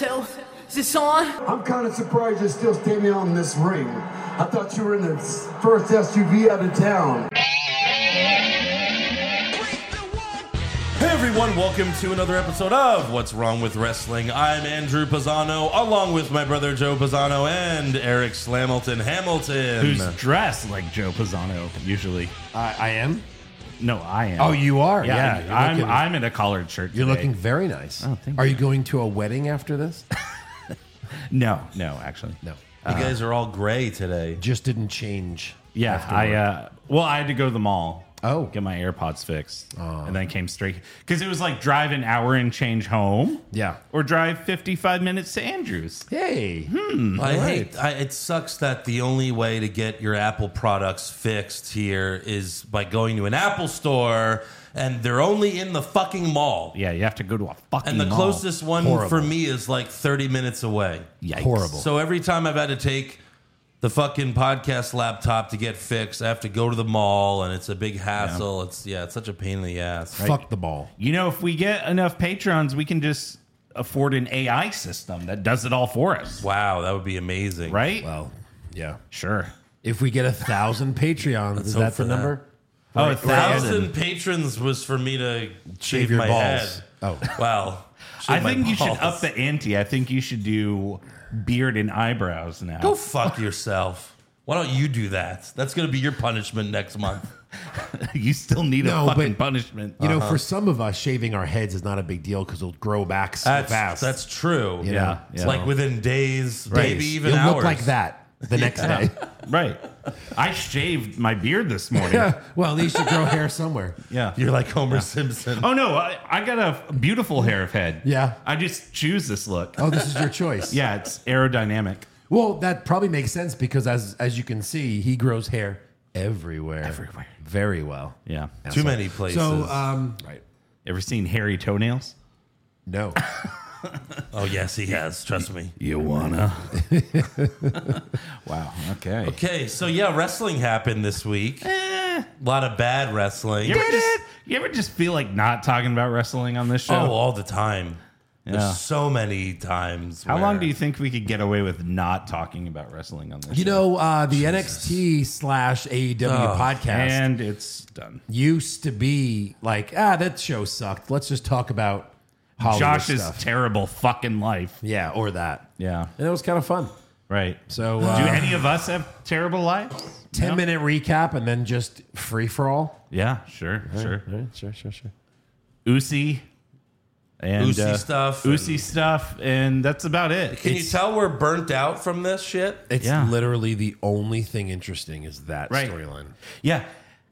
Oh, this on? I'm kind of surprised you're still standing on this ring. I thought you were in the first SUV out of town. Hey everyone, welcome to another episode of What's Wrong with Wrestling. I'm Andrew Pisano, along with my brother Joe Pisano and Eric Slamilton Hamilton. who's dressed like Joe Pisano usually. I, I am. No, I am. Oh, you are. Yeah, you're I'm. looking- I'm in a collared shirt. You're today. looking very nice. Oh, thank are you. you going to a wedding after this? No, no, actually, No. you guys are all gray today. Just didn't change. Yeah, I. Uh, well, I had to go to the mall. Oh. get my AirPods fixed, and then came straight because it was like drive an hour and change home. Yeah. or drive fifty five minutes to Andrews. Hey. I All hate. I, it sucks that the only way to get your Apple products fixed here is by going to an Apple store, and they're only in the fucking mall. Yeah, you have to go to a fucking. And the mall. closest one Horrible. for me is like 30 minutes away. Yikes. Horrible. So every time I've had to take the fucking podcast laptop to get fixed, I have to go to the mall and it's a big hassle. It's yeah, it's such a pain in the ass. Fuck the ball. You know, if we get enough patrons, we can just afford an AI system that does it all for us, Wow, that would be amazing. right? Well, yeah. sure. If we get a thousand Patreons, is hope that for the that. number? Oh, a Right, right. Thousand patrons was for me to shave your my balls. head. Oh. wow. Shave I my think you should balls. up the ante. I think you should do beard and eyebrows now. Go fuck yourself. Why don't you do that? That's gonna be your punishment next month. you still need No, a fucking but- punishment. You know, for some of us, shaving our heads is not a big deal because it'll grow back so That's fast. that's true. You know, yeah, It's yeah. like within days, Right. maybe even You'll hours. look like that the next day. right. I shaved my beard this morning. well, at least you grow hair somewhere. yeah. You're like Homer Simpson. Oh no, I, I got a beautiful hair of head. Yeah. I just choose this look. Oh, this is your choice. Yeah, it's aerodynamic. Well, that probably makes sense because as as you can see, he grows hair everywhere. Everywhere. Very well. Yeah. Too many places. So, um, right. Ever seen hairy toenails? No. oh yes, he has. Trust me. You wanna? wow. Okay. Eh, Okay, so yeah, wrestling happened this week. A lot of bad wrestling. You ever, just, you ever just feel like not talking about wrestling on this show? Oh, all the time. Yeah. There's so many times. How where- long do you think we could get away with not talking about wrestling on this? You show? know, uh, the NXT slash AEW podcast and it's done. used to be like, ah, that show sucked. Let's just talk about Hollywood Josh's stuff. terrible fucking life. yeah, or that. Yeah, And it was kind of fun. right. So, do uh, any of us have terrible lives? 10 minute recap and then just free for all. Yeah, sure, sure. Sure, sure, sure. Usi and uh, Uzi stuff Usi and- stuff, and that's about it. Can you It's- tell we're burnt out from this shit? It's Yeah. literally the only thing interesting is that Right. storyline. Yeah.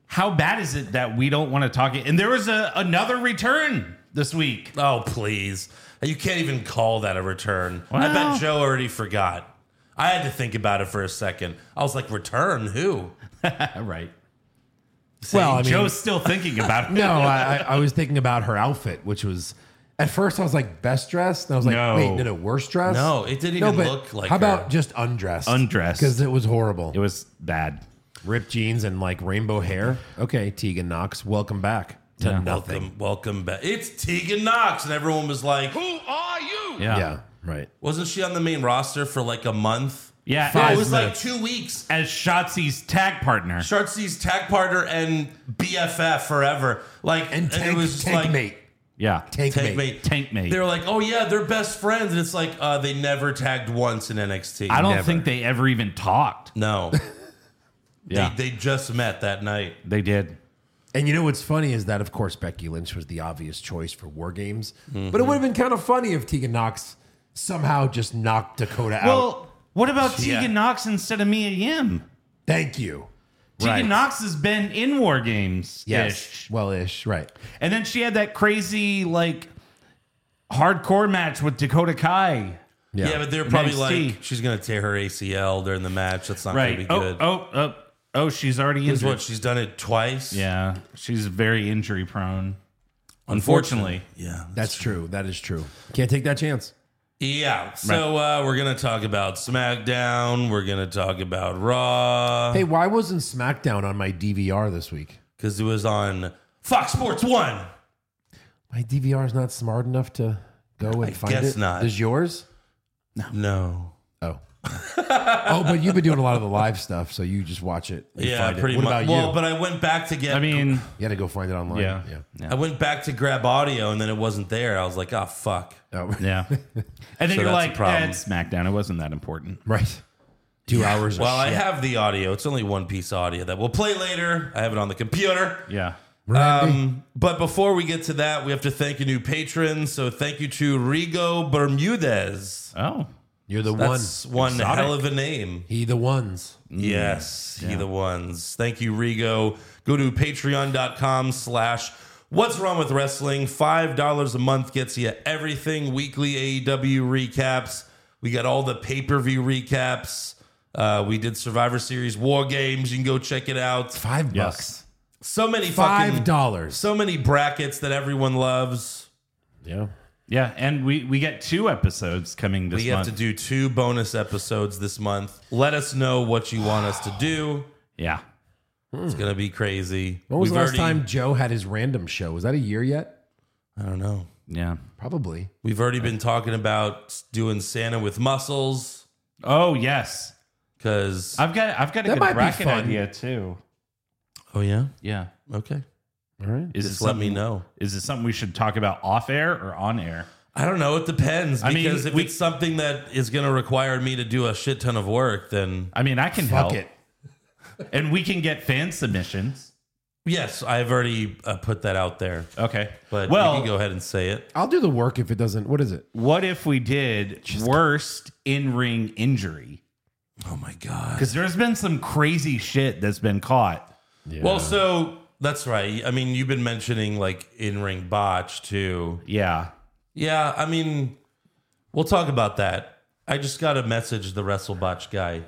How bad is it that we don't want to talk it? And there was a, another return this week. Oh please! You can't even call that a return. I Well- bet Joe already forgot. I had to think about it for a second. I was like, return who? right. Well, I mean, Joe's still thinking about it. No, I, I I was thinking about her outfit, which was at first I was like best dressed, and I was like, No. wait, no, no, worst dressed. No, it didn't even look like How her. about just undressed? Undressed. because it was horrible. It was bad. Ripped jeans and like rainbow hair. Okay, Tegan Knox, welcome back to nothing. Welcome, welcome back. It's Tegan Knox, and everyone was like, Yeah. Yeah, right. wasn't she on the main roster for like a month? Yeah, No, it as- was like two weeks. as Shotzi's tag partner. Sharpsy's tag partner and BFF forever. Like And tank, it was just tank like mate, Yeah. tank, tank mate. mate. Tank mate. They were like, oh yeah, they're best friends, and it's like uh, they never tagged once in NXT. I don't Never. think they ever even talked. No, Yeah. They, they, they just met that night. did. And you know what's funny is that of course Becky Lynch was the obvious choice for War Games, but it would have been kind of funny if Tegan Knox somehow just knocked Dakota out. Well, what about Yeah. Tegan Knox instead of Mia Yim? Thank you. Tegan Right. Knox has been in War Games. Yes. Well, ish. Right. And then she had that crazy, like, hardcore match with Dakota Kai. Yeah, but they're probably NXT. like, she's gonna tear her ACL during the match. That's not Right. gonna be Oh, good. oh, oh, oh, she's already Is injured. what she's done it twice. yeah. She's very injury prone. Unfortunately. yeah. That's true. That is true. Can't take that chance. Yeah. So uh, we're gonna talk about SmackDown. We're gonna talk about Raw. Hey, why wasn't SmackDown on my DVR this week? because it was on Fox Sports One. My DVR is not smart enough to go and find guess it. not. Is yours? No. Oh. oh, but you've been doing a lot of the live stuff, so you just watch it. and Yeah, find it. pretty what much. About well, you? but I went back to get. I mean, you had to go find it online. yeah, I went back to grab audio, and then it wasn't there. I was like, oh fuck. Oh, yeah. And then that's you're a like, problem. "Eh, it's SmackDown. It wasn't that important. right. Two Oh, hours. Well, of I shit. have the audio. It's only one piece of audio that we'll play later. I have it on the computer. Yeah. Um, but before we get to that, we have to thank a new patron. So thank you to Rigo Bermudez. Oh, You're the That's one. one Exotic. hell of a name. He the ones. Yes, he the ones. Thank you, Rigo. Go to patreon.com slash what's wrong with wrestling. Five dollars a month gets you everything. Weekly AEW recaps. We got all the pay-per-view recaps. Uh, we did Survivor Series War Games. You can go check it out. Five bucks. Yes. So many Five fucking dollars. so many brackets that everyone loves. Yeah. yeah. And we we get two episodes coming this We have month. to do two bonus episodes this month. Let us know what you want us to do. yeah. It's gonna be crazy. Hmm. When was We've the last already- time Joe had his random show? Was that a year yet? I don't know. Yeah. Probably. We've already been talking about doing Santa with muscles Oh yes. because. I've got I've got a That might good be bracket fun. idea too. Oh yeah. Yeah. Okay. All right. Is Just it let me something- know. Is it something we should talk about off air or on air? I don't know. It depends I because mean, if we- it's something that is going to require me to do a shit ton of work, then I mean, I can help, Fuck it. and we can get fan submissions. yes, I've already uh, put that out there. Okay, But well, well, you can go ahead and say it. I'll do the work if it doesn't. What is it? what if we did worst in ring injury? Oh my god. Because there's been some crazy shit that's been caught. Well, so that's right. I mean, you've been mentioning like in ring botch too. Yeah, Yeah, I mean, we'll talk about that. I just got a message the WrestleBotch guy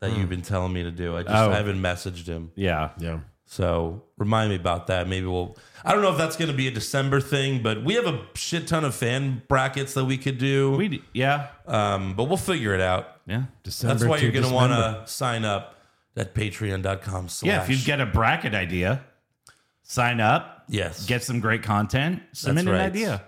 that you've been telling me to do. I just Oh. I haven't messaged him. yeah, Yeah. So remind me about that. Maybe we'll. I don't know if that's going to be a December thing, but we have a shit ton of fan brackets that we could do. we d- yeah um, but we'll figure it out. yeah December. That's why to you're going to want December. to sign up at patreon.com slash. yeah. If you get a bracket idea, sign up, Yes. get some great content, That's submit an right. idea.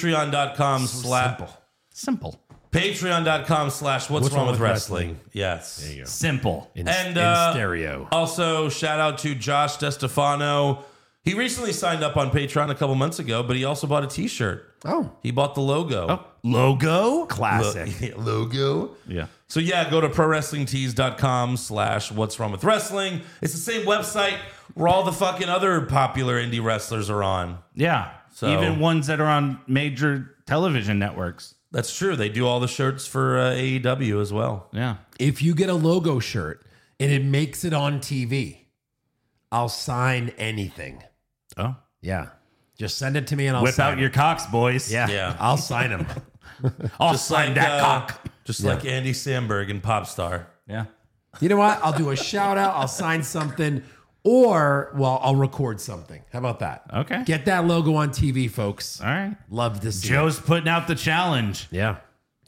Patreon.com slash. simple. Simple, Patreon.com slash what's wrong with wrestling. Yes. you simple. In, And, and uh, in stereo. Also, shout out to Josh DeStefano. He recently signed up on Patreon a couple months ago, but he also bought a t shirt. Oh. He bought the logo. Logo Lo- classic. logo. yeah. So yeah, go to prowrestlingtees.com slash what's wrong with wrestling. It's the same website where all the fucking other popular indie wrestlers are on. Yeah. So- Even ones that are on major television networks. That's true. They do all the shirts for uh, AEW as well. Yeah. If you get a logo shirt and it makes it on TV, I'll sign anything. Oh. Yeah. Just send it to me and I'll Whip sign out it. your cocks, boys. Yeah. Yeah. I'll sign them. I'll sign that uh, cock. Just like Andy Samberg and Popstar. Yeah. You know what? I'll do a shout out. I'll sign something, or well, I'll record something. How about that? Okay. Get that logo on TV, folks. All right. Love to see Joe's putting out the challenge. it. Yeah.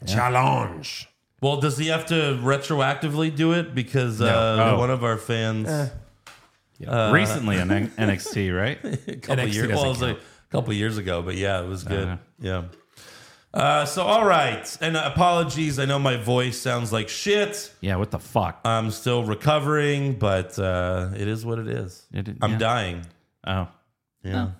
Challenge. Well, does he have to retroactively do it? Because uh, Oh. one of our fans Recently on N- NXT, right? a couple NXT years doesn't well, it was like a couple years ago, but yeah, it was Uh-huh. good. Yeah. Uh, so all right, and uh, apologies. I know my voice sounds like shit. Yeah. What the fuck? I'm still recovering, but uh, it is what it is. It is- I'm yeah. dying. oh. Yeah.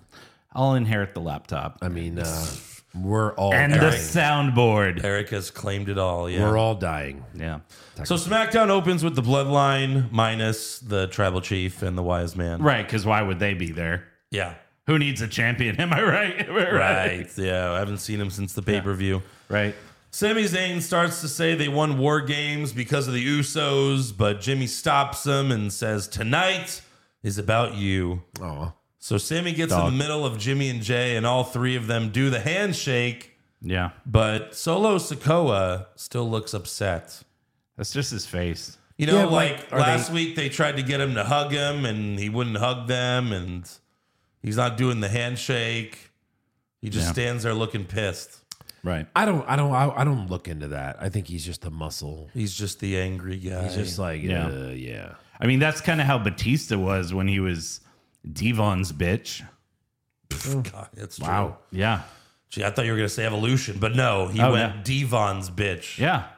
I'll inherit the laptop I mean, uh, we're all and the dying. soundboard. Eric has claimed it all. Yeah. we're all dying. Yeah. so SmackDown opens with the Bloodline minus the Tribal Chief and the Wise Man. Right. Because why would they be there? Yeah. Who needs a champion? Am I right? Am I Right. Yeah. I haven't seen him since the pay per view. Right. Sami Zayn starts to say they won war games because of the Usos, but Jimmy stops him and says, Tonight is about you. Oh, So Sammy gets Dog. in the middle of Jimmy and Jay, and all three of them do the handshake. Yeah. But Solo Sokoa still looks upset. That's just his face. You know, Yeah, like like, are last week they tried to get him to hug him and he wouldn't hug them and he's not doing the handshake. He just Yeah. stands there looking pissed. Right. I don't, I don't, I, I don't look into that. I think he's just a muscle. He's just the angry guy. He's just like, Yeah. yeah, yeah. I mean, that's kind of how Batista was when he was Devon's bitch. God, that's Wow. true. Yeah. Gee, I thought you were going to say Evolution, but no, he Oh, went yeah. Devon's bitch. Yeah.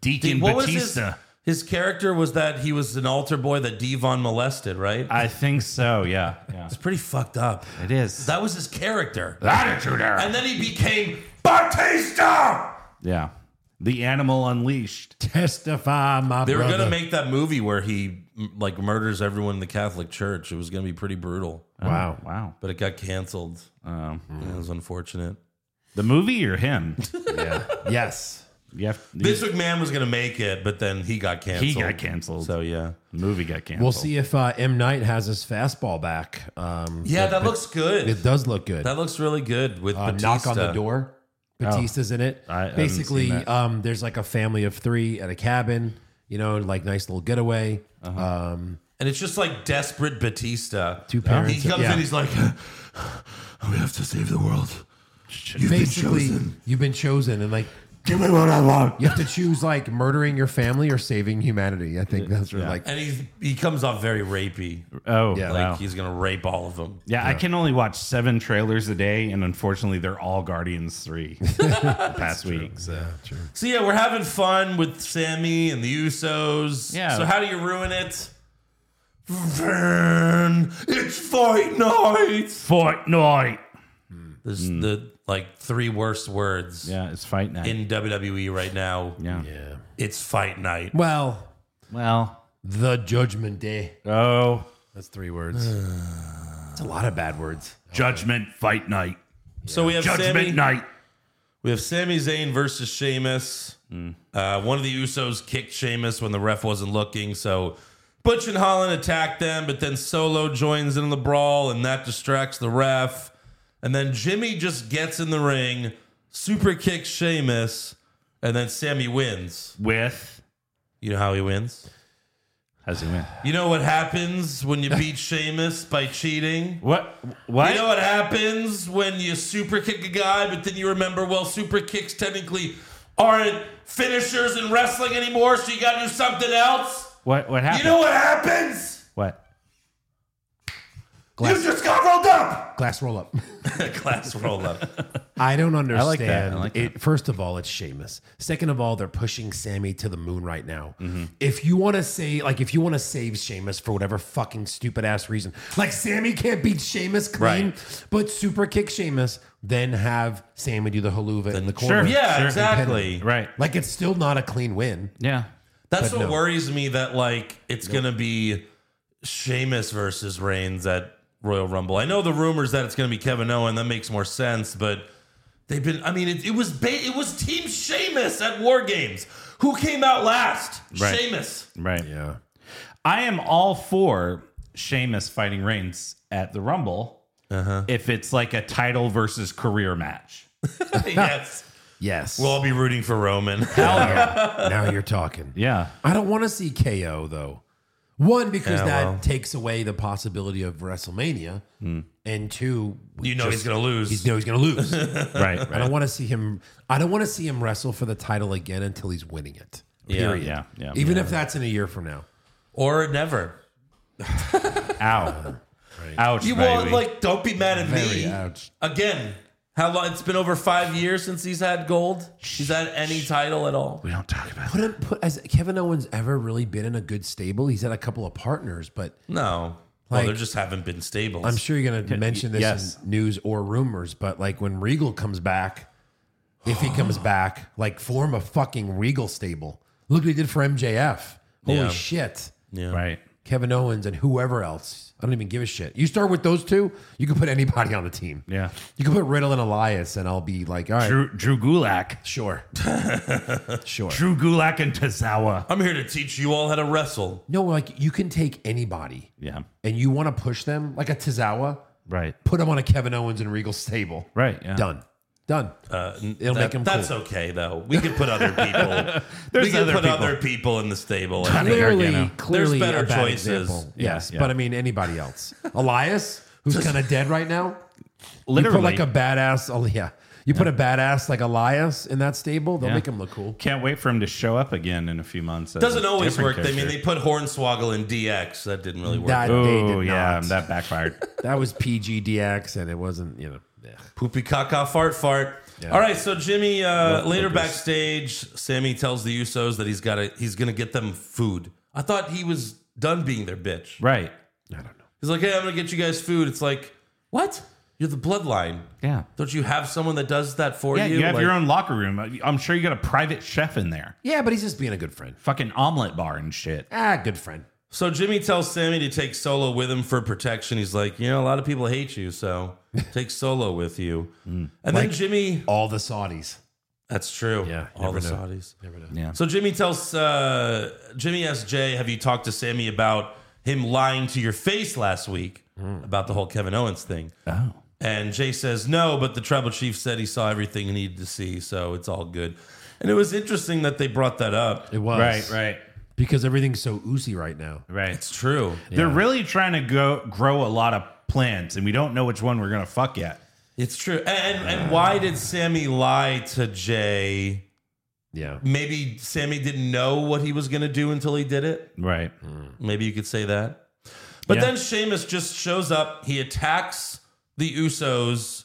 Deacon What was his, Batista. his character was that he was an altar boy that Devon molested, right? I think so. Yeah. Yeah. It's pretty fucked up. It is. That was his character. Attitude era. And then he became Batista. yeah. The animal unleashed. Testify, my They were brother. going to make that movie where he m- like murders everyone in the Catholic Church. It was going to be pretty brutal, wow. Wow. but it got canceled. Yeah, it was unfortunate. The movie or him? Yeah. yes. You have, Vince McMahon was going to make it, but then he got canceled. he got canceled. Mm-hmm. So yeah, the movie got canceled. We'll see if uh, M Knight has his fastball back. Um, yeah, that looks good. it does look good. That looks really good with uh, Batista. knock on the door. Batista's in it. Oh, I haven't Basically, seen that. um, there's like a family of three at a cabin. You know, like nice little getaway. Um, and it's just like desperate Batista. Two parents He are- comes yeah. in, he's like, "We have to save the world." You've basically, been chosen. you've been chosen, and like Give me what I want. you have to choose like murdering your family or saving humanity. I think that's what, like. And he he comes off very rapey. Oh, Yeah, yeah. Like he's gonna rape all of them. yeah, I can only watch seven trailers a day, and unfortunately, they're all Guardians 3 the past week. So. So yeah, we're having fun with Sammy and the Usos. Yeah. So how do you ruin it? Vern, it's fight night. Fortnite. There's Hmm. the like three worst words Yeah, it's Fight Night. in WWE right now. yeah. Yeah. It's fight night. Well, Well, the Judgment Day. oh, That's three words. It's a lot of bad words. Judgment Fight Night. So we have Sammy. Night. We have Sami Zayn versus Sheamus. Uh, one of the Usos kicked Sheamus when the ref wasn't looking, so Butch and Holland attack them, but then Solo joins in the brawl, and that distracts the ref. And then Jimmy just gets in the ring, super kicks Sheamus, and then Sammy wins. With. You know how he wins? How's he win? You know what happens when you beat Sheamus by cheating? What? What? You know what happens when you super kick a guy, but then you remember, well, super kicks technically aren't finishers in wrestling anymore, so you gotta do something else. what? What happened? You know what happens? what? You just got rolled up. Glass roll up. Class roll up. I don't understand. like that. I like it. First of all, it's Sheamus. Second of all, they're pushing Sammy to the moon right now. If you want to say, like, if you want to save Sheamus for whatever fucking stupid ass reason, like Sammy can't beat Sheamus clean, but super kick Sheamus, then have Sammy do the haluva in the corner. Sure. Yeah, Sure. exactly. Right. Like it's still not a clean win. Yeah. That's what no. worries me that like it's gonna be Sheamus versus Reigns at Royal Rumble. I know the rumors that it's gonna be Kevin Owens, that makes more sense, but they've been I mean it, it was ba- it was Team Sheamus at War Games. Who came out last? Right. Sheamus. Right. Yeah. I am all for Sheamus fighting Reigns at the Rumble Uh-huh. if it's like a title versus career match. yes. Yes. We'll all be rooting for Roman. now you're talking. Yeah. I don't want to see KO though. One because Yeah, that well. takes away the possibility of WrestleMania, and two, we you know he's just- gonna lose. he's, no, he's gonna lose. I Right. Right. don't want to see him. I don't want to see him wrestle for the title again until he's winning it. yeah. yeah. Yeah. Even if that's in a year from now. Or never. Ow. Ouch. You well, baby. like don't be mad at Very me. ouch. Again. How long it's been over five years since he's had gold? He's had any title at all. we don't talk about Put him. Put has Kevin Owens ever really been in a good stable? He's had a couple of partners, but No. well, Like- there just haven't been stables. I'm sure you're gonna mention this yes. in news or rumors. But like when Regal comes back, if he comes back, like form a fucking Regal stable. Look what he did for MJF. Holy Yeah. shit. it. Right. Kevin Owens and whoever else. I don't even give a shit. You start with those two, you can put anybody on the team. Yeah. You can put Riddle and Elias, and I'll be like, all right, Drew, Drew Gulak. sure. sure. Drew Gulak and Tazawa. I'm here to teach you all how to wrestle. No, like you can take anybody Yeah. and you want to push them like a Tozawa, Right. put them on a Kevin Owens and Regal stable. Right. Yeah. Done. Done. It'll Uh, That- make him that's cool. okay though. We can put other people. There's we can other put people. other people in the stable. Clearly, Gargano. clearly There's better a bad choices. example. Yeah, yes, yeah. but I mean anybody else. Elias, who's kind of dead right now. Literally. You put like a badass, oh, yeah. You put a badass like Elias in that stable, they'll Yeah. make him look cool. Can't wait for him to show up again in a few months. as Doesn't a always different work. I mean, character. they put Hornswoggle in DX. That didn't really work. That, they Oh did yeah, not. that backfired. That was PGDX, and it wasn't, you know. Poopy caca fart fart. All right, so Jimmy uh, later backstage, Sammy tells the Usos that he's got to he's gonna get them food. I thought he was done being their bitch. Right. I don't know. He's like, hey, I'm gonna get you guys food. It's like, what? You're the bloodline. Yeah. Don't you have someone that does that for Yeah, you? you, have Like- your own locker room. I- I'm sure you got a private chef in there. Yeah, but he's just being a good friend. Fucking omelet bar and shit. Ah, good friend. So Jimmy tells Sammy to take Solo with him for protection. He's like, you know, a lot of people hate you, so take Solo with you. Mm. And then Jimmy, All the Saudis. that's true. Yeah, all the never know. Saudis. Never know. So Jimmy tells uh, Jimmy asks Jay, "Have you talked to Sammy about him lying to your face last week Mm. about the whole Kevin Owens thing?" Oh. And Jay says, "No, but the tribal chief said he saw everything he needed to see, so it's all good." And it was interesting that they brought that up. It was Right, right, Because everything's so oozy right now. right. It's true. They're really trying to go grow a lot of plants, and we don't know which one we're gonna fuck yet. It's true. And and, and why did Sammy lie to Jay? Yeah. Maybe Sammy didn't know what he was going to do until he did it. Right. Maybe you could say that. But Yeah. then Sheamus just shows up. He attacks the Usos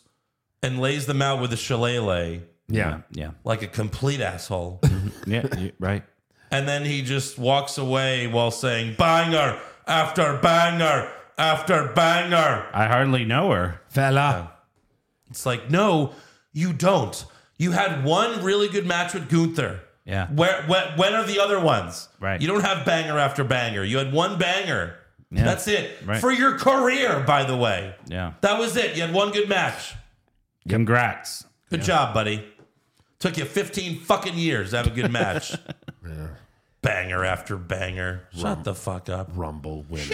and lays them out with a shillelagh Yeah. Yeah. like a complete asshole. Yeah. you- right. and then he just walks away while saying banger after banger after banger. I hardly know her. Fella. It's like, no, you don't. You had one really good match with Gunther. Yeah. Where, where when are the other ones? Right. You don't have banger after banger. You had one banger. Yeah. That's it. Right. For your career, by the way. Yeah. That was it. You had one good match. Congrats. Good job, buddy. Took you 15 fucking years to have a good match. Banger after banger. Shut the fuck up. Rumble winner.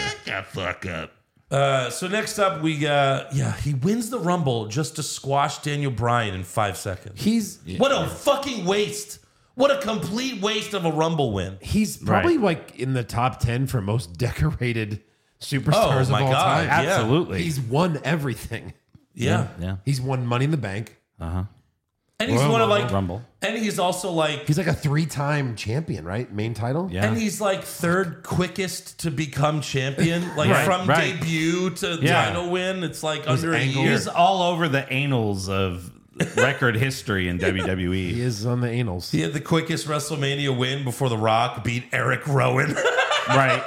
Uh, so next up, we uh, yeah, he wins the Rumble just to squash Daniel Bryan in five seconds. He's What a fucking waste! What a complete waste of a Rumble win. he's probably like in the top ten for most decorated superstars my of all God, time. yeah. Oh Absolutely. He's won everything. Yeah, yeah. He's won Money in the Bank. and he's one of like, Rumble. and he's also like, He's like a three-time champion, right? Main title. Yeah. and he's like third quickest to become champion, like Right, from right. debut to Yeah. title win. It's like under a angle- year. He's all over the annals of record history in E. WWE. He is on the anals. He had the quickest WrestleMania win before The Rock beat Eric Rowan. Right.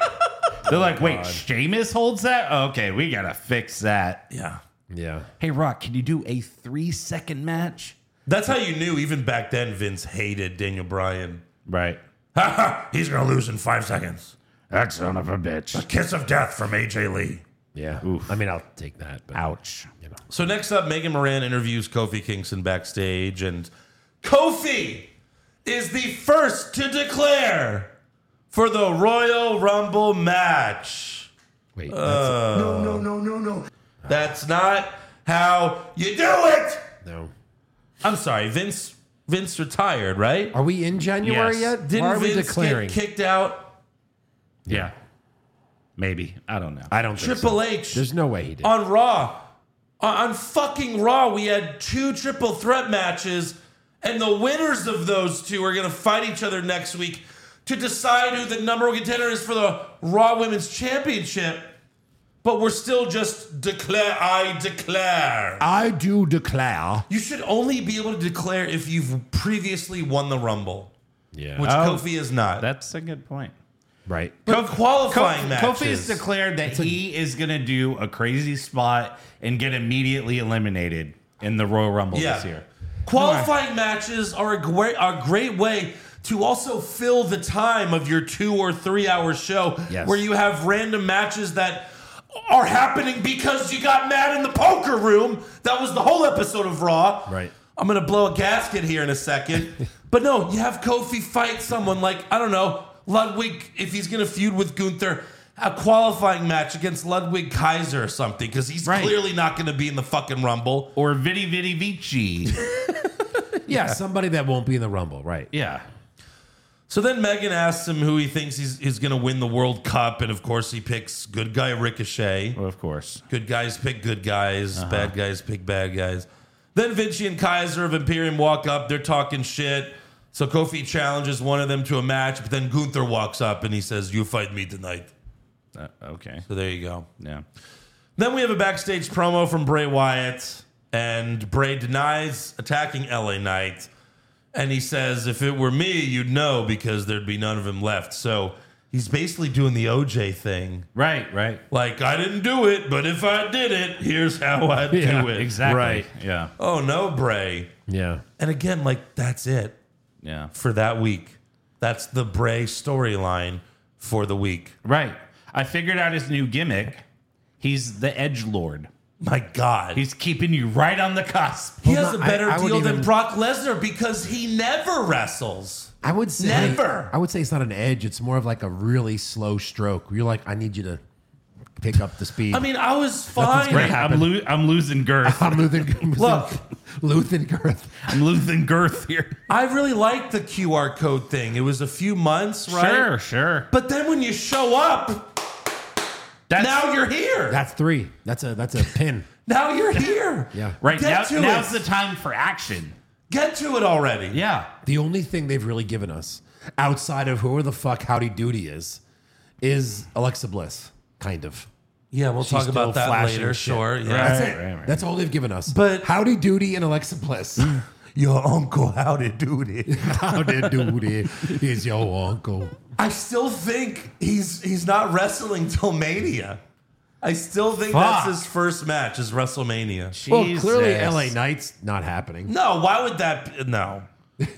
They're like, wait, Sheamus holds that? Okay, we gotta fix that. yeah. Yeah. Hey, Rock, can you do a three second match? That's how you knew even back then Vince hated Daniel Bryan. Right. He's gonna lose in five seconds. That son of a bitch. Kiss of death from AJ Lee. Yeah. I mean, I'll take that. But Ouch. So next up, Megan Moran interviews Kofi Kingston backstage, and Kofi is the first to declare for the Royal Rumble match. wait, Uh. No, no, no, no, no. That's not how you do it. that's- no. I'm sorry, Vince. Vince retired, right? Are we in January Yes. yet? Didn't Why are Vince we declaring? get kicked out? Yeah. Maybe. I don't know. I don't. Think so. Triple H There's no way he did. on Raw. On on fucking Raw, we had two triple threat matches, and the winners of those two are going to fight each other next week to decide who the number one contender is for the Raw Women's Championship. But we're still just declare, I declare. I do declare. You should only be able to declare if you've previously won the Rumble, Yeah. which Oh. Kofi is not. That's a good point. right. but qualifying Kofi, matches. Kofi has declared that he is going to do a crazy spot and get immediately eliminated in the Royal Rumble Yeah. this year. Qualifying matches are a great are a great way to also fill the time of your two or three hour show Yes. where you have random matches that are happening because you got mad in the poker room. That was the whole episode of Raw. Right. I'm gonna blow a gasket here in a second. but no, you have Kofi fight someone like, I don't know, Ludwig, if he's gonna feud with Gunther. A qualifying match against Ludwig Kaiser or something because he's Right. clearly not going to be in the fucking Rumble. Or Vidi Vidi Vici. Yeah, somebody that won't be in the Rumble, right? yeah. So then Megan asks him who he thinks he's, he's going to win the World Cup. And of course, he picks good guy Ricochet. Well, of course. Good guys pick good guys, bad guys pick bad guys. Then Vinci and Kaiser of Imperium walk up. They're talking shit. So Kofi challenges one of them to a match, but then Gunther walks up and he says, You fight me tonight. Uh, okay. So there you go. Yeah. Then we have a backstage promo from Bray Wyatt, And Bray denies attacking LA Knight. And he says, if it were me, you'd know because there'd be none of him left. So he's basically doing the OJ thing. Right, right. Like, I didn't do it, but if I did it, here's how I'd do it. Exactly. Right. Yeah. Oh, no, Bray. Yeah. And again, like, that's it Yeah. for that week. That's the Bray storyline for the week. Right. I figured out his new gimmick. He's the edge lord. My God. He's keeping you right on the cusp. he has on, a I- better I would deal than even- Brock Lesnar because he never wrestles. I would say Never. I would say it's not an edge. It's more of like a really slow stroke. You're like, I need you to pick up the speed. I mean, I was fine. great. Right. I'm, lo- I'm losing girth. I'm Luther. Look. Luther Girth. I'm losing girth here. I really liked the QR code thing. It was a few months, right? Sure, sure. But then when you show up, That's now you're here. That's three. That's a that's a pin. now you're here. Yeah. right. Get Now, to now's it. the time for action. Get to it already. Yeah. The only thing they've really given us outside of whoever the fuck Howdy Doody is is Alexa Bliss, kind of. Yeah, we'll She's talk about still that flashing later. shit. Sure. Yeah. That's Right, it. right, right. That's all they've given us. But- Howdy Doody and Alexa Bliss. Your uncle, how to do it. Howdy Doody is your uncle. I still think he's he's not wrestling till Mania. I still think Fuck. that's his first match is WrestleMania. Well, clearly Jesus. LA Knight's not happening. No, why would that? Be? No,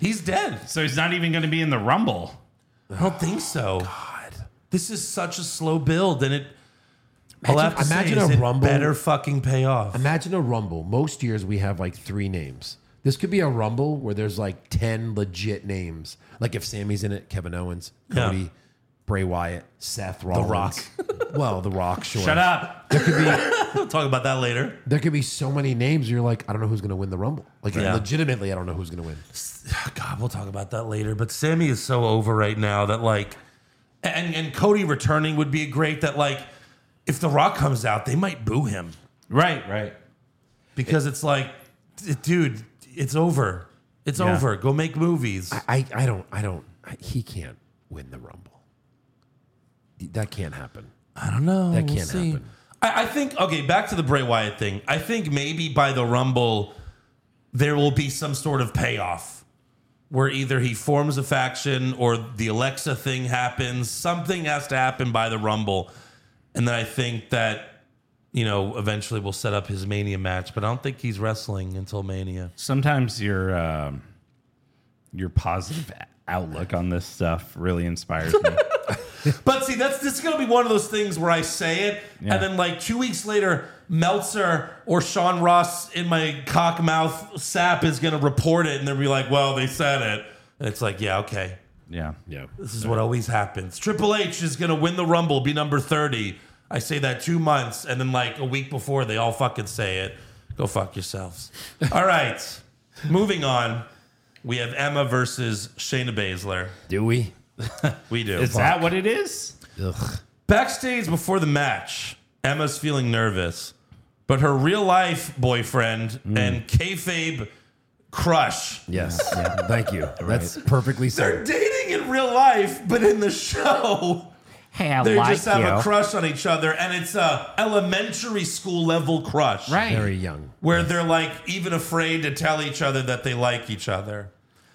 he's dead. So he's not even going to be in the rumble. I don't think so. God, this is such a slow build, and it. I'll Imagine- have to imagine say, is a it Rumble- better fucking payoff. Imagine a Rumble. Most years we have like three names. This could be a Rumble where there's like 10 legit names. Like if Sammy's in it, Kevin Owens, Yeah. Cody, Bray Wyatt, Seth Rollins. The Rock. well, The Rock, sure. Shut up. We'll talk about that later. There could be so many names. You're like, I don't know who's going to win the Rumble. Like, Yeah. legitimately, I don't know who's going to win. God, we'll talk about that later. But Sammy is so over right now that like, and and Cody returning would be great. That like, if The Rock comes out, they might boo him. Right, right. because it's like, d- dude, it's over. It's Yeah. over. Go make movies. I, I don't, I don't, I, he can't win the Rumble. That can't happen. I don't know. That can't happen. I, I think okay. Back to the Bray Wyatt thing. I think maybe by the Rumble, there will be some sort of payoff where either he forms a faction or the Alexa thing happens. Something has to happen by the Rumble, and then I think that. You know, eventually we'll set up his Mania match, but I don't think he's wrestling until Mania. Sometimes your um, your positive outlook on this stuff really inspires me. But see, that's this is gonna be one of those things where I say it, Yeah. and then like two weeks later, Meltzer or Sean Ross in my cock mouth sap is gonna report it, and they'll be like, "Well, they said it," and it's like, "Yeah, okay, yeah. Yeah. this is what always happens." Triple H is gonna win the Rumble, be number thirty. I say that two months, and then like a week before, they all fucking say it. Go fuck yourselves. all right, moving on. We have Emma versus Shayna Baszler. Do we? We do. Is that what it is? Ugh. Backstage before the match, Emma's feeling nervous, but her real life boyfriend Mm. and kayfabe crush. Yes. yeah. Thank you. That's perfectly They're said. dating in real life, but in the show, Hey, I they just have a crush on each other, and it's a elementary school level crush. Right. Very young. Where they're like even afraid to tell each other that they like each other.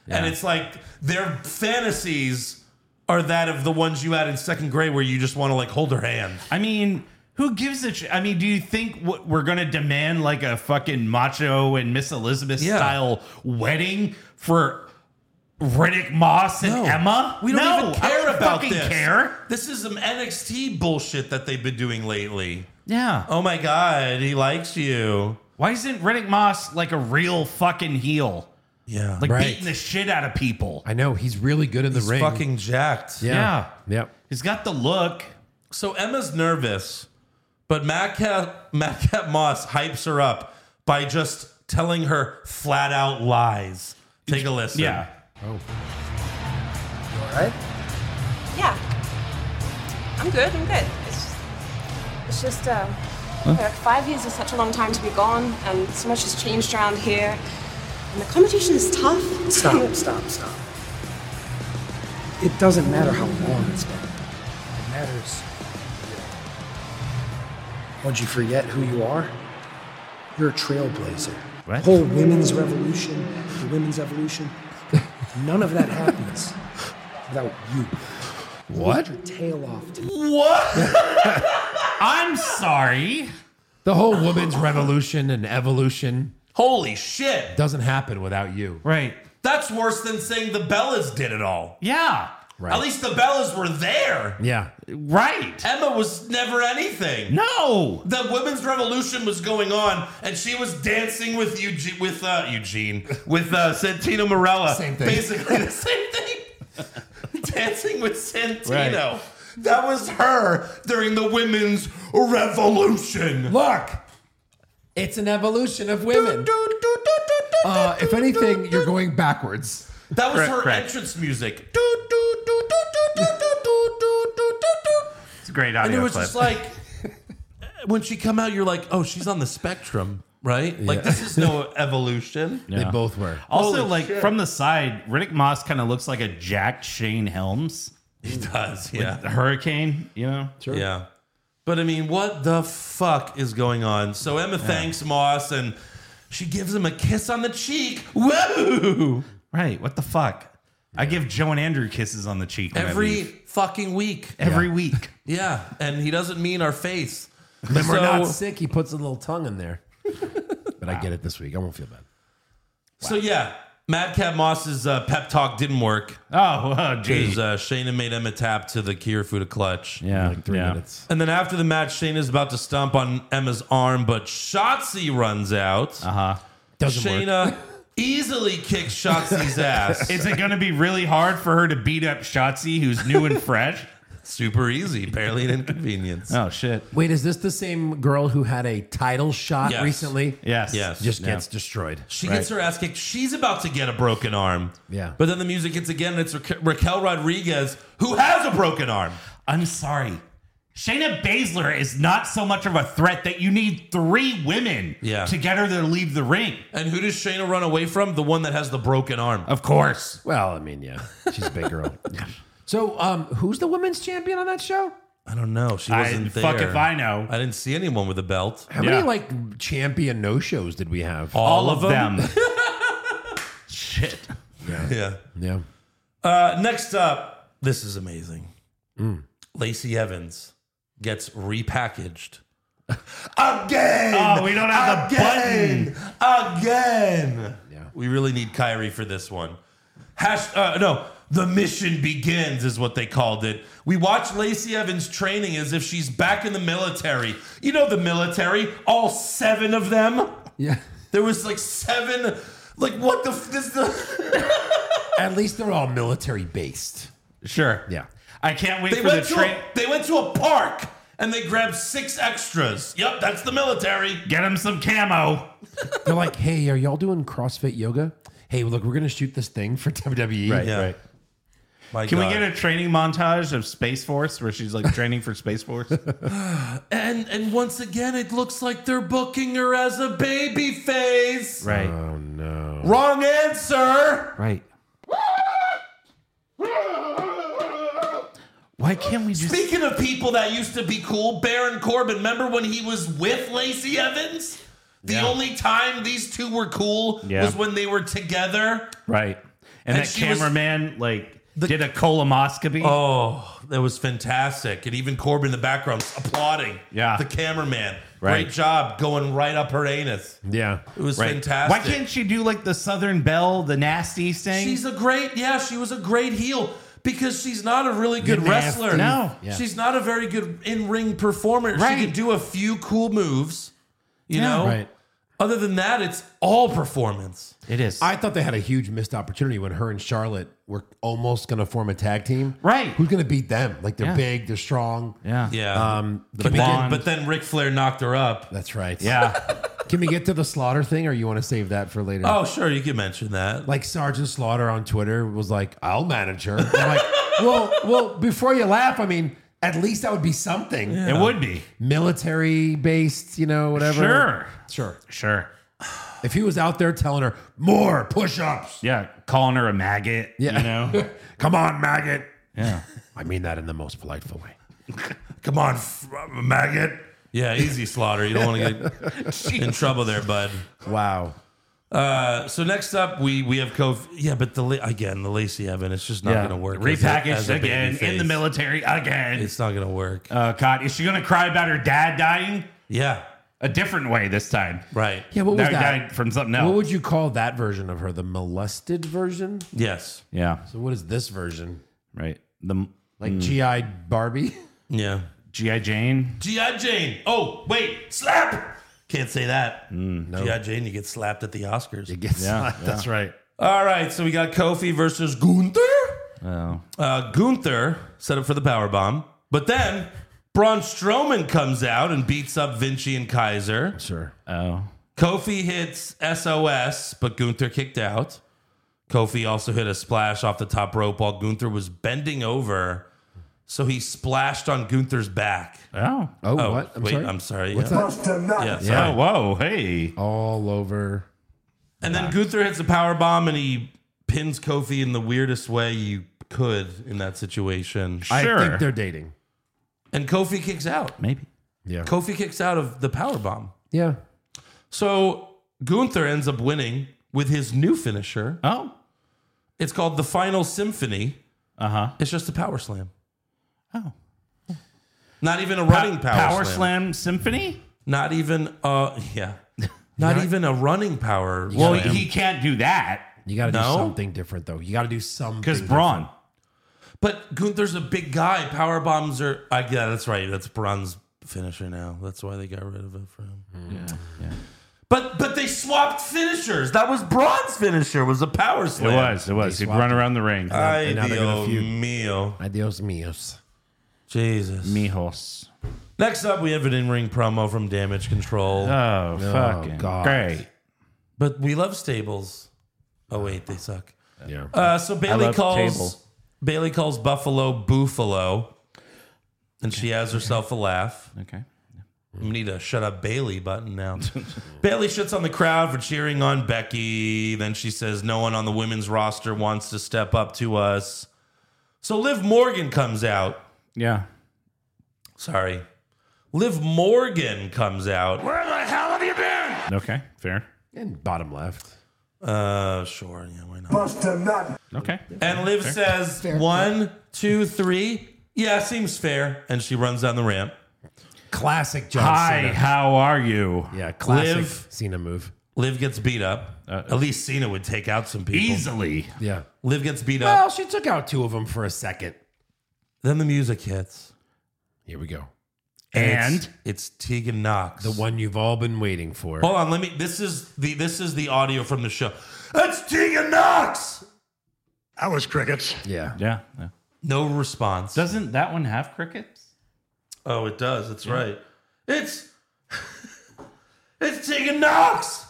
And it's like their fantasies are that of the ones you had in second grade where you just want to like hold her hand. I mean, who gives a sh- I mean, do you think what, we're going to demand like a fucking macho and Miss Elizabeth Yeah. style wedding for Riddick Moss and No. Emma? We don't No, even I care don't about fucking this. care. This is some NXT bullshit that they've been doing lately. Yeah. Oh my god, he likes you. Why isn't Riddick Moss like a real fucking heel? Yeah, Like Right. beating the shit out of people. I know. He's really good in the he's ring. fucking jacked. yeah. Yeah. Yep. He's got the look. So Emma's nervous, but Madcap Madcap Moss hypes her up by just telling her flat out lies. Take a listen. Yeah. Yeah. I'm good, I'm good. It's just, it's just uh, you know, five years is such a long time to be gone, and so much has changed around here. And the competition is tough. Stop, stop, stop. It doesn't matter how long it's been. It matters. Once you forget who you are, you're a trailblazer. What? whole women's revolution, the women's evolution. None of that happens without you. What? Your tail off to I'm sorry. The whole woman's revolution and evolution Holy shit. doesn't happen without you. Right. That's worse than saying the Bellas did it all. Yeah. Right. At least the Bellas were there. Yeah. Right. Emma was never anything. No. The women's revolution was going on, and she was dancing with Eugene, with uh, Eugene, with uh, Santino Morella. Same thing. Basically the same thing. dancing with Santino. That was her during the women's revolution. Look, it's an evolution of women. Uh, if anything, you're going backwards. That was Correct, her correct. entrance music. It's a great audio And it was clip. just like uh, when she come out, you're like, oh, she's on the spectrum, right? Like this is no evolution. They Yeah. both were. also, Holy like shit. from the side, Riddick Moss kind of looks like a Jack Shane Helms He does, yeah, hurricane. You know. Sure. yeah. But I mean, what the fuck is going on? So Emma thanks Moss, and she gives him a kiss on the cheek. Whoa! Right. What the fuck? I give Joe and Andrew kisses on the cheek when I Every leave. fucking week, every week. yeah. And he doesn't mean our face. When we're not So- sick, he puts a little tongue in there. but I get it this week. I won't feel bad. So yeah, Madcap Moss's uh, pep talk didn't work Oh, oh because geez. uh, Shayna made Emma tap to the Kirifuda clutch. yeah. Like three yeah. minutes. And then after the match, Shayna's about to stomp on Emma's arm, but Shotzi runs out. Uh huh. Doesn't work. Shayna easily kicks Shotzi's ass. Is it going to be really hard for her to beat up Shotzi, who's new and fresh? Super easy, barely an inconvenience. oh shit. Wait, is this the same girl who had a title shot Yes. recently? Yes. Yes. Just Yeah. gets destroyed. She gets her ass kicked. She's about to get a broken arm. Yeah. But then the music hits again, and it's Ra- Raquel Rodriguez who has a broken arm. I'm sorry. Shayna Baszler is not so much of a threat that you need three women Yeah. to get her to leave the ring. And who does Shayna run away from? The one that has the broken arm. Of course. Well, I mean, yeah, she's a big girl. so, um, who's the women's champion on that show? I don't know. She I- wasn't there. fuck if I know. I didn't see anyone with a belt. How Yeah. many like champion no shows did we have? All, of them. shit. Yeah. Yeah. Uh, next up, this is amazing. Mm. Lacey Evans gets repackaged again. Oh, we don't have the again, again. Yeah. We really need Kyrie for this one. Hash, uh, no, the mission begins is what they called it. We watch Lacey Evans training as if she's back in the military. You know the military, all seven of them. Yeah. There was like seven. Like what the? f- This the. At least they're all military based. Sure. Yeah. I can't wait They for the went, to train. a, they went to a park and they grabbed six extras. Yep, that's the military. Get him some camo. They're like, hey, are y'all doing CrossFit yoga? Hey, look, we're gonna shoot this thing for E." WWE. Right. right. My Can God. we get a training montage of Space Force where she's like training for Space Force? And and once again, it looks like they're booking her as a baby face. right. Wrong answer. right. Why can't we just Speaking of people that used to be cool, Baron Corbin. Remember when he was with Lacey Evans? The only time these two were cool Yeah. was when they were together. Right. And And, that she was- cameraman like did a colomoscopy. Oh, that was fantastic. And even Corbin in the background applauding. Yeah. The cameraman. Right. Great job going right up her anus. Yeah. It was Right. fantastic. Why can't she do like the Southern Belle, the nasty thing? She's a great, yeah, she was a great heel because she's not a really good Didn't have wrestler. to. No. Yeah. She's not a very good in ring performer. Right. She can do a few cool moves, you Yeah. know? Right. Other than that, it's all performance. it is. I thought they had a huge missed opportunity when her and Charlotte were almost gonna form a tag team. Right. Who's gonna beat them? Like they're Yeah. big, they're strong. yeah. Yeah. Um, but, then, blonde. but then Ric Flair knocked her up. That's right. Yeah. Can we get to the slaughter thing or you wanna save that for later? Oh, sure, you could mention that. like Sergeant Slaughter on Twitter was like, "I'll manage her." I'm like, "Well, well, before you laugh, I mean, at least that would be something It would be. military based, you know, whatever." Sure. sure. Sure. If he was out there telling her more push-ups, Yeah. Calling her a maggot. Yeah. You know? come on, maggot. yeah. I mean that in the most politeful way. Come on, f- maggot. Yeah, easy slaughter. You don't want to get in trouble there, bud. Wow. Uh, so next up, we we have Kofi. Yeah, but the La- again the Lacey Evan, it's just not going to work. as a- as Repackaged a again in babyface. the military again. It's not going to work. Uh, God, is she gonna cry about her dad dying? yeah, A different way this time. right. Yeah, what was Dad that? died from something else. What would you call that version of her? The molested version? Yes. yeah, So what is this version? right. The Like GI Barbie? Yeah. GI Jane. GI Jane. Oh wait, slap. Can't say that. GI Jane, you get slapped at the Oscars. Yes, Yeah, that's right. All right, so we got Kofi versus Gunther. Oh, Uh, Gunther set up for the power bomb, but then Braun Strowman comes out and beats up Vinci and Kaiser. Sure. oh, Kofi hits SOS, but Gunther kicked out. Kofi also hit a splash off the top rope while Gunther was bending over, so he splashed on Gunther's back. oh, Oh, what? I'm wait, sorry. I'm sorry. What's yeah. that? Bust a nut. Yeah, sorry. oh, whoa, hey, All over. And then Gunther hits a power bomb and he pins Kofi in the weirdest way you could in that situation. sure, I think they're dating. And Kofi kicks out. maybe. Yeah. Kofi kicks out of the power bomb. yeah. So Gunther ends up winning with his new finisher. Oh, It's called the Final Symphony. uh huh. It's just a power slam. Oh, Not even a running power, slam. slam. symphony. Not even uh yeah. Not even a running power. Well, slam. he can't do that You got to do No? something different, though. You got to do something. because Braun. But Gunther's a big guy. Power bombs are. I yeah, that's right. That's Braun's finisher now. That's why they got rid of it for him. Yeah, But but they swapped finishers. That was Braun's finisher. Was a power It slam. was, it was. He'd run around the ring. Ay, And now they're gonna Dios feud. mío. Adios mios. Jesus. Mijos. Next up, we have an in-ring promo from Damage Control. Oh, fucking God. great. but we love stables. Oh wait, they suck. Yeah. Uh, so Bailey love calls table. Bailey calls Buffalo Buffalo, and she has herself a laugh. Okay. We need a shut up Bailey button now. Bailey shits on the crowd for cheering on Becky. Then she says, No one on the women's roster wants to step up to us. So Liv Morgan comes out. Yeah. Sorry. Liv Morgan comes out. Where the hell have you been? Okay. Fair. And bottom left. Uh, sure. Yeah, why not? Bust a nut. Okay. And Liv says, One, two, three. Yeah, seems fair. And she runs down the ramp. Classic John Hi, Cena. how are you? Yeah, classic Live. Cena move. Liv gets beat up. At least Cena would take out some people. Easily. Yeah. Liv gets beat up. Well, she took out two of them for a second. Then the music hits. Here we go. And It's, it's Tegan Knox. The one you've all been waiting for. Oh. Hold on, let me. This is the this is the audio from the show. That's Tegan Knox. I was crickets. Yeah. yeah, yeah. No response. Doesn't that one have crickets? oh, it does. That's right. It's it's Tegan Knox.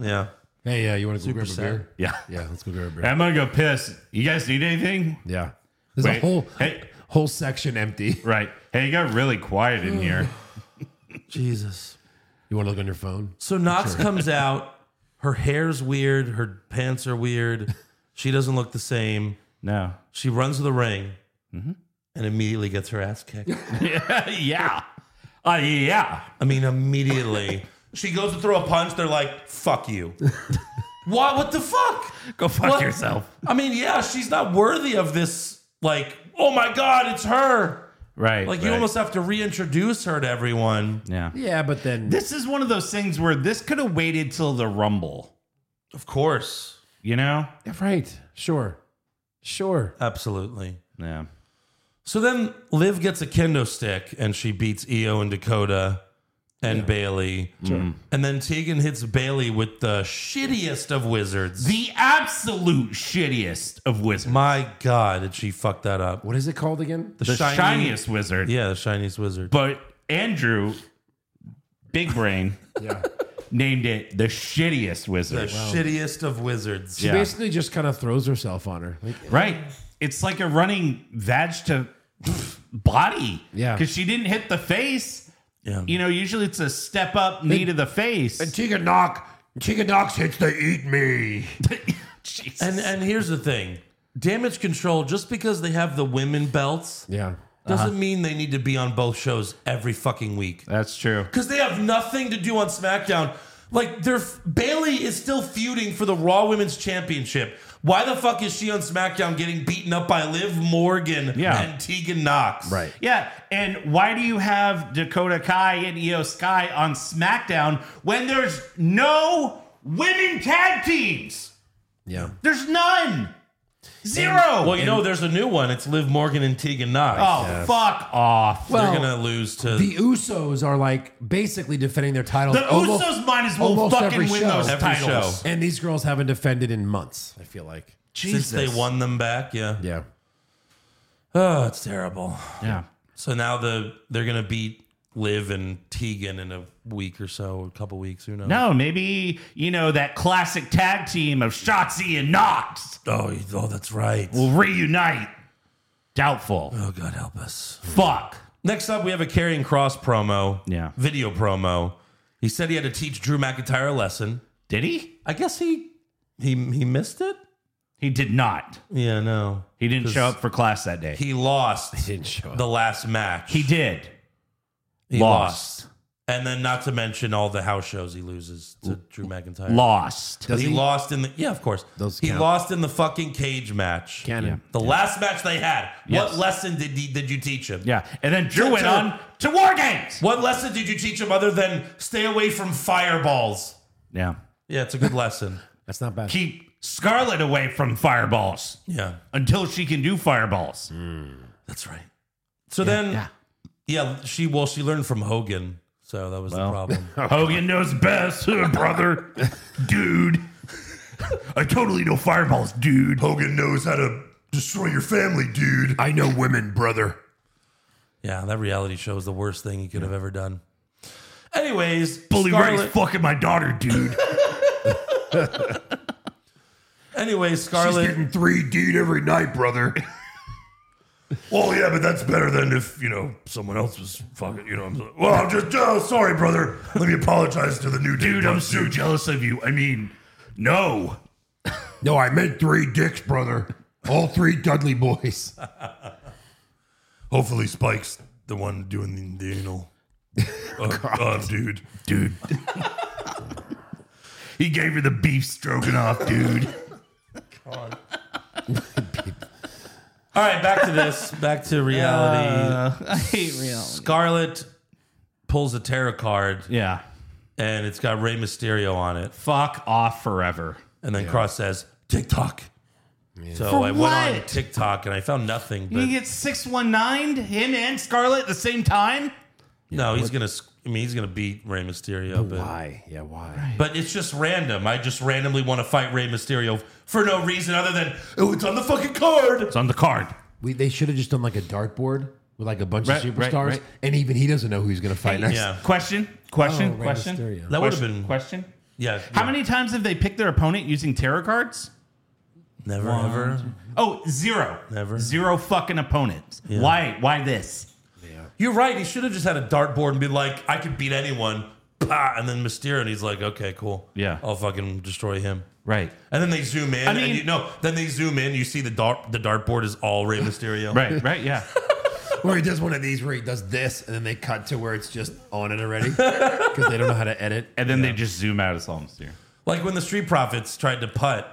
yeah. Hey, yeah, you want to go grab sad. a beer? Yeah. Yeah, let's go grab a beer. I'm gonna go piss. You guys need anything? Yeah. There's a Wait. whole Hey. whole section empty. Right. Hey, you got really quiet in here. Jesus. You want to look on your phone? So Knox comes out. Her hair's weird. Her pants are weird. She doesn't look the same. No. She runs to the ring and immediately gets her ass kicked. yeah. Uh, yeah. I mean, immediately. she goes to throw a punch. They're like, fuck you. what? What the fuck? Go fuck What? yourself. I mean, yeah, she's not worthy of this. Like, oh my God, it's her. Right. Like, you right. almost have to reintroduce her to everyone. Yeah. Yeah, but then This is one of those things where this could have waited till the rumble. Of course. You know? Yeah, right. Sure. Sure. Absolutely. Yeah. So then Liv gets a kendo stick and she beats Io and Dakota and Bailey. And then Tegan hits Bailey with the shittiest of wizards. The absolute shittiest of wizards. my God, did she fuck that up? What is it called again? The shiny- shiniest wizard. Yeah, the shiniest wizard. But Andrew, big brain, Yeah. named it the shittiest the wizard. shittiest of wizards. She Yeah. basically just kind of throws herself on her. Like, Right. It's like a running vag to body. Yeah. Because she didn't hit the face. Yeah. You know, usually it's a step up knee to the face. Chica knock. Chica knocks hits the eat me. Jesus. And and here's the thing. Damage control, just because they have the women belts, Yeah. doesn't mean they need to be on both shows every fucking week That's true. because they have nothing to do on SmackDown. Like, they're Bailey is still feuding for the Raw Women's Championship. Why the fuck is she on SmackDown getting beaten up by Liv Morgan Yeah. and Tegan Knox? Right. Yeah, and why do you have Dakota Kai and Io Sky on SmackDown when there's no women tag teams? Yeah. There's none. Zero. Well, you know, there's a new one. It's Liv Morgan and Tegan Knox. oh, fuck off. They're Well, gonna lose to the Usos are like basically defending their titles. the almost- Usos might as well almost fucking every win show. those Every titles. show. And these girls haven't defended in months, I feel like. since they won them back. Yeah. Yeah. Oh, it's terrible. Yeah. So now the they're gonna beat Liv and Tegan in a week or so, a couple weeks. Who knows? No, maybe you know that classic tag team of Shotzi and Knox Oh, you- oh, that's right. will reunite. Doubtful. oh, God help us. Fuck. Next up, we have a carrying cross promo. Yeah. Video promo. He said he had to teach Drew McIntyre a lesson. Did he? I guess he he he missed it. He did not. Yeah. No. He didn't show up for class that day. He lost Didn't show up. the last match. He did. He lost. And then, not to mention all the house shows he loses to Drew McIntyre. Lost. But Does he, he? lost in the yeah, of course. Those he count. lost in the fucking cage match. Can him. The last match they had. Yes. What lesson did he, did you teach him? Yeah. And then Drew went Two-two. on to War Games. What lesson did you teach him other than stay away from fireballs? Yeah. Yeah, it's a good lesson. That's not bad. Keep Scarlet away from fireballs Yeah, until she can do fireballs. Mm. that's right. So then, yeah. she well, she learned from Hogan, so that was the problem. Hogan knows best, brother. dude. I totally know fireballs, dude. Hogan knows how to destroy your family, dude. I know women, brother. yeah, that reality show is the worst thing he could have ever done. Anyways, Bully Ray's Scarlett- fucking my daughter, dude. Anyways, She's Scarlett. getting three dude every night, brother. well, yeah, but that's better than if you know someone else was fucking. You know, I'm so- well, I'm just oh, sorry, brother. Let me apologize to the new dude. Dude, I'm so jealous of you. I mean, no. no, I meant three dicks, brother. All three Dudley boys. Hopefully, Spike's the one doing the, the anal. Uh, uh, dude, dude. He gave her the beef stroganoff, dude. All right, back to this. Back to reality. Uh, I hate real. Scarlet pulls a tarot card Yeah. and it's got Rey Mysterio on it. Fuck off forever. And then Cross says, TikTok. So I went on what? TikTok and I found nothing. But He gets 619 him and Scarlet at the same time? no, he's gonna. sc- I mean, he's gonna beat Rey Mysterio. But, Why? Yeah, why? but it's just random. I just randomly want to fight Rey Mysterio for no reason other than oh, it's on the fucking card. It's on the card. We, they should have just done like a dartboard with like a bunch Right, of right, superstars, right. and even he doesn't know who he's going to fight next. Yeah, Question? Question? Oh, Rey question? Mysterio. that would have question? been. question? Yeah. How many times have they picked their opponent using tarot cards? Never ever. Oh, zero. Never. Zero fucking opponents. Why? Why this? You're right. He should have just had a dartboard and been like, I could beat anyone. Bah, and then Mysterio, and he's like, okay, cool. Yeah. I'll fucking destroy him. Right. And then they zoom in. I mean- and you, no, then they zoom in. You see the dart. The dartboard is all Rey Mysterio. Right. Right. Yeah. Where he does one of these where he does this, and then they cut to where it's just on it already because they don't know how to edit. and then they just zoom out as Solomon Steer. Like when the Street Profits tried to putt,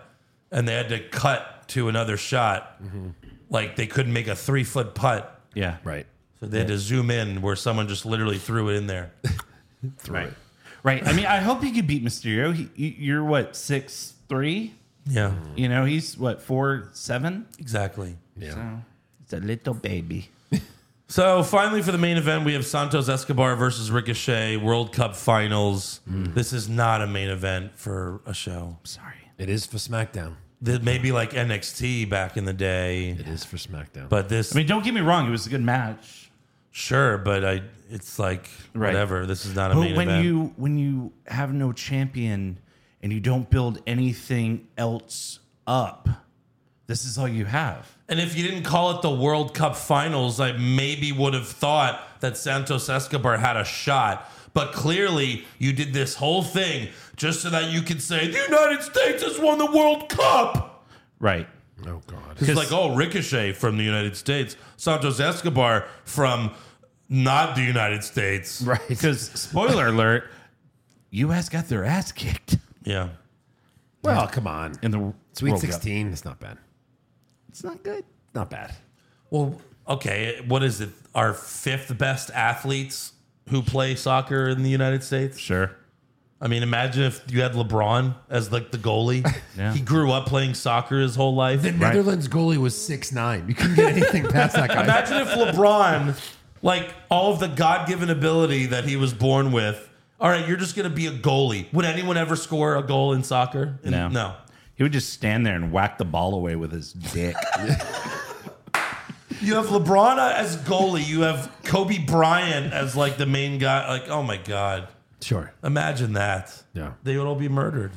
and they had to cut to another shot. Mm-hmm. Like they couldn't make a three foot putt, Yeah. Right. so they had to zoom in where someone just literally threw it in there. Right. Right. I mean, I hope he could beat Mysterio. He, you- you're what six three? Yeah, You know, he's what four seven? exactly. It's a little baby. So finally, for the main event, we have Santos Escobar versus Ricochet World Cup Finals. Hmm. This is not a main event for a show. Sorry. It is for SmackDown. That maybe like NXT back in the day, It is for SmackDown. but this I mean, don't get me wrong. It was a good match. Sure, but I it's like Right. whatever. This is not a But main when event. you when you have no champion and you don't build anything else up, this is all you have. and if you didn't call it the World Cup Finals, I maybe would have thought that Santos Escobar had a shot. But clearly, you did this whole thing just so that you could say the United States has won the World Cup. Right. Oh God. It's like, oh, Ricochet from the United States, Santos Escobar from not the United States. Right. Because spoiler alert, U.S. got their ass kicked Yeah. Well, come on. in the Sweet World Cup. sixteen. It's not bad. It's not good. Not bad. Well, okay. What is it? Our fifth best athletes who play soccer in the United States? Sure. I mean, imagine if you had LeBron as like the goalie. Yeah. He grew up playing soccer his whole life. The Netherlands goalie was six nine. You couldn't get anything past that guy. Imagine if LeBron, like all of the God given ability that he was born with, all right, you're just going to be a goalie. Would anyone ever score a goal in soccer? In- No. No. He would just stand there and whack the ball away with his dick. You have LeBron as goalie. You have Kobe Bryant as like the main guy. Like, oh my God. Sure. Imagine that. Yeah. They would all be murdered.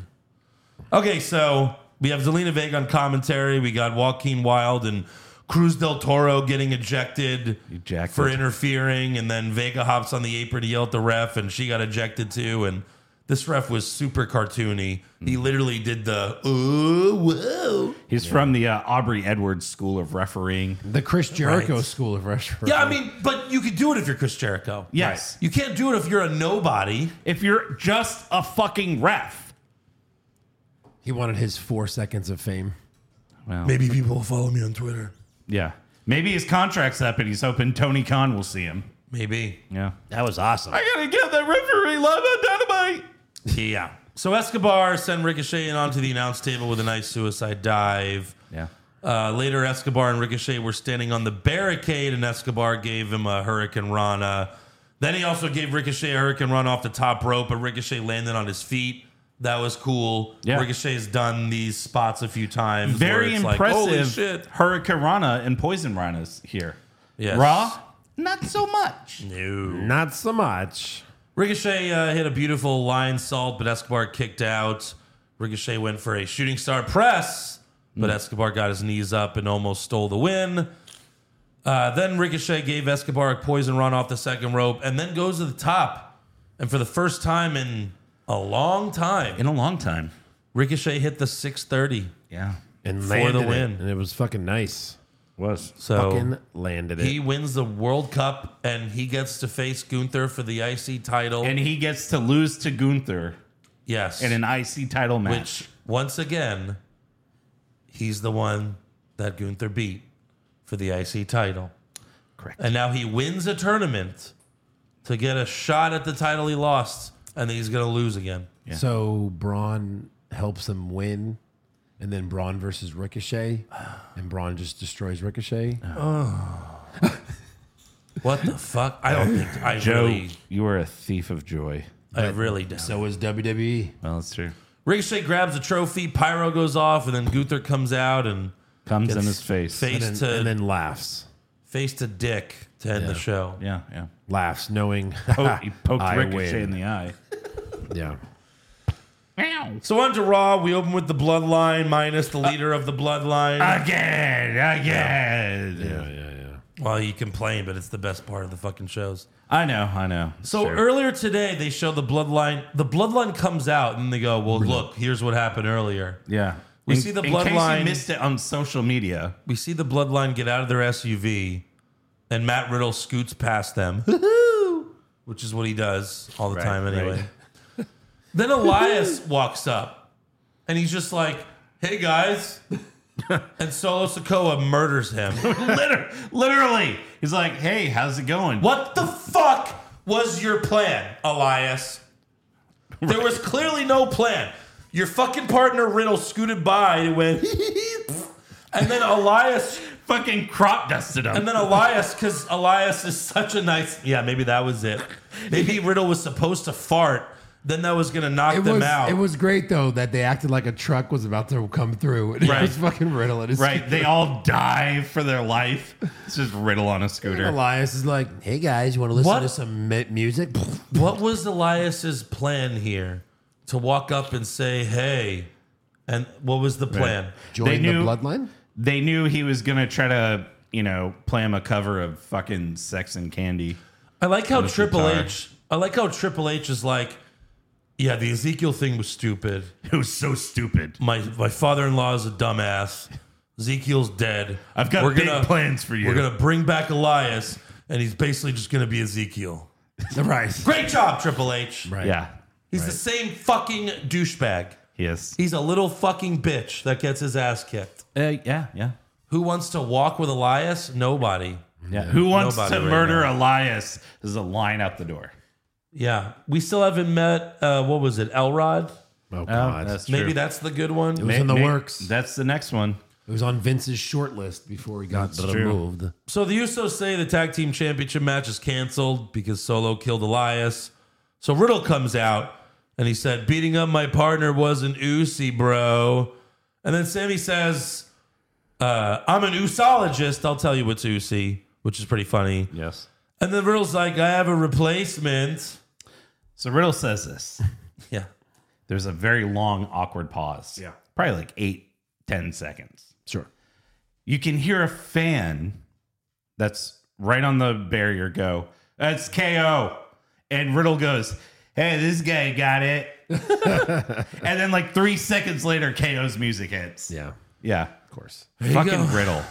Okay, so we have Zelina Vega on commentary. We got Joaquin Wild and Cruz del Toro getting ejected Ejected. for interfering. And then Vega hops on the apron to yell at the ref, and she got ejected too. And this ref was super cartoony. He literally did the, ooh, whoa. He's from the uh, Aubrey Edwards School of Refereeing. The Chris Jericho Right. School of Rhetoric. Yeah, I mean, but you could do it if you're Chris Jericho. Yes. You can't do it if you're a nobody. If you're just a fucking ref. he wanted his four seconds of fame. Well, Maybe people will follow me on Twitter. yeah. Maybe his contract's up and he's hoping Tony Khan will see him. Maybe. Yeah. That was awesome. I gotta get that referee live on dynamite. Yeah. So Escobar sent Ricochet in onto the announce table with a nice suicide dive. Yeah. Uh, later, Escobar and Ricochet were standing on the barricade, and Escobar gave him a Hurricane Rana. Then he also gave Ricochet a Hurricane Rana off the top rope, but Ricochet landed on his feet. That was cool. Yeah. Ricochet's done these spots a few times. where Very it's like, impressive. Holy shit. Hurricane Rana and Poison Rana's here. Yes. Raw, not so much. No. Not so much. Ricochet uh, hit a beautiful lion salt, but Escobar kicked out. Ricochet went for a shooting star press, but Hmm. Escobar got his knees up and almost stole the win. Uh, then Ricochet gave Escobar a poison run off the second rope and then goes to the top. And for the first time in a long time, In a long time. Ricochet hit the 630. Yeah. And the landed it. win. And it was fucking nice. Was. So uh, Fucking landed it. he wins the World Cup and he gets to face Gunther for the IC title. And he gets to lose to Gunther yes. in an IC title match. which once again, he's the one that Gunther beat for the IC title. Correct. And now he wins a tournament to get a shot at the title he lost, and then he's going to lose again. So Braun helps him win, and then Braun versus Ricochet, and Braun just destroys Ricochet. Ah. What the fuck? I don't think I really, you are a thief of joy. I really doubt. So So is WWE. Well, that's true. Ricochet grabs a trophy, Pyro goes off, and then Gunther comes out and Comes in Gets his face. And face then, to and then laughs. face to Dick to end the show. Yeah, yeah. Laughs, knowing Po- he poked I Ricochet win. in the eye. Yeah. So on to Raw, we open with the Bloodline minus Uh, the leader of the Bloodline. Again, again. well, you complain, but it's the best part of the fucking shows. I know, I know. So Sure. earlier today, they show the bloodline. The bloodline comes out, and they go, "Well, look, here's what happened earlier." yeah. We see the in case you bloodline- missed it on social media. We see the bloodline get out of their SUV, and Matt Riddle scoots past them, Hoo-hoo! which is what he does all the time anyway. then Elias walks up, and he's just like, "Hey guys," and Solo Sokoa murders him. Liter- literally. He's like, hey, how's it going? What the fuck was your plan, Elias? There was clearly no plan. Your fucking partner Riddle scooted by and went, and then Elias, Fucking crop dusted him. and then Elias, because Elias is such a nice. Yeah, maybe that was it. Maybe Riddle was supposed to fart. Then that was gonna knock It them was, out. it was great, though, that they acted like a truck was about to come through. And Right. It was fucking Riddle. And his right. They all die for their life. It's just Riddle on a scooter. Elias is like, hey guys, you want to listen What? to some mi- music? what was Elias's plan here? To walk up and say, "Hey," and what was the plan? Join They knew- the bloodline? They knew he was going to try to, you know, play him a cover of fucking Sex and Candy. I like how With Triple guitar. H. I like how Triple H is like, yeah, the Ezekiel thing was stupid. It was so stupid. My my father in law is a dumbass. Ezekiel's dead. I've got big plans for you." We're gonna bring back Elias, and he's basically just gonna be Ezekiel. right. Great job, Triple H. Right. Yeah. He's the same fucking douchebag. Yes. He's a little fucking bitch that gets his ass kicked. Uh, yeah. Yeah. Who wants to walk with Elias? Nobody. Yeah. Who wants Nobody to right murder Elias? This is a line out the door. Yeah, we still haven't met. Uh, what was it, Elrod? Oh God. that's Maybe true. that's the good one. it was in the works. That's the next one. it was on Vince's short list before he got removed. So the Usos say the tag team championship match is canceled because Solo killed Elias. So Riddle comes out and he said, "Beating up my partner was an Usi, bro." And then Sammy says, uh, "I'm an usologist. I'll tell you what's Usi," which is pretty funny. Yes. And then Riddle's like, "I have a replacement." So Riddle says this. Yeah, There's a very long, awkward pause. Yeah. Probably like eight, ten seconds. Sure. You can hear a fan that's right on the barrier go, that's KO. And Riddle goes, hey, this guy got it. and then like three seconds later, KO's music hits. Yeah. Yeah. Of course. go. Fucking Riddle.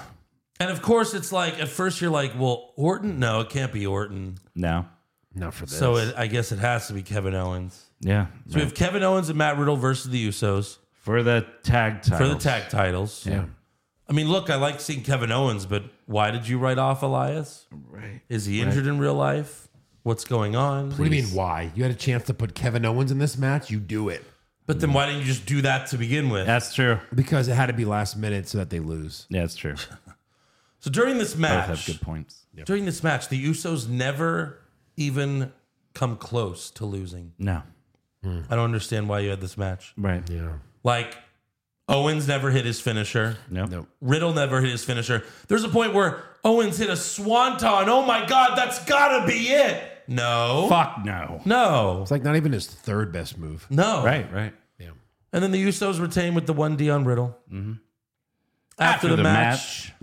and of course it's like at first you're like, "Well, Orton? No, it can't be Orton." No. Not for this. So it, I guess it has to be Kevin Owens. Yeah. So we have Kevin Owens and Matt Riddle versus the Usos For the tag titles. for the tag titles. yeah. I mean, look, I like seeing Kevin Owens, but why did you write off Elias? Right. Is he injured in real life? What's going on? What do you mean? Why? You had a chance to put Kevin Owens in this match. You do it But then why didn't you just do that to begin with? That's true. because it had to be last minute so that they lose. Yeah, it's true. So during this Both have match, good points. during this match, the Usos never even come close to losing. No. I don't understand why you had this match. Right. Yeah. Like Owens never hit his finisher. No. Nope. Riddle never hit his finisher. There's a point where Owens hit a swanton. Oh my God, that's gotta be it. No. Fuck no. No. It's like not even his third best move. No. Right, right. And then the Usos retain with the 1D on Riddle. Mm-hmm. After, the, match,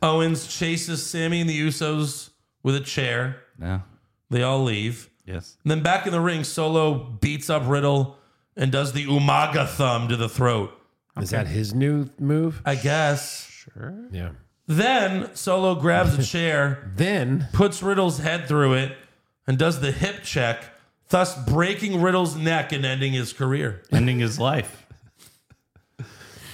Owens chases Sammy and the Usos with a chair. No. They all leave. Yes. And then back in the ring, Solo beats up Riddle and does the Umaga thumb to the throat. Is that his new move? I guess. Yeah. Then Solo grabs a chair. Then puts Riddle's head through it and does the hip check, thus breaking Riddle's neck and ending his career. Ending his life.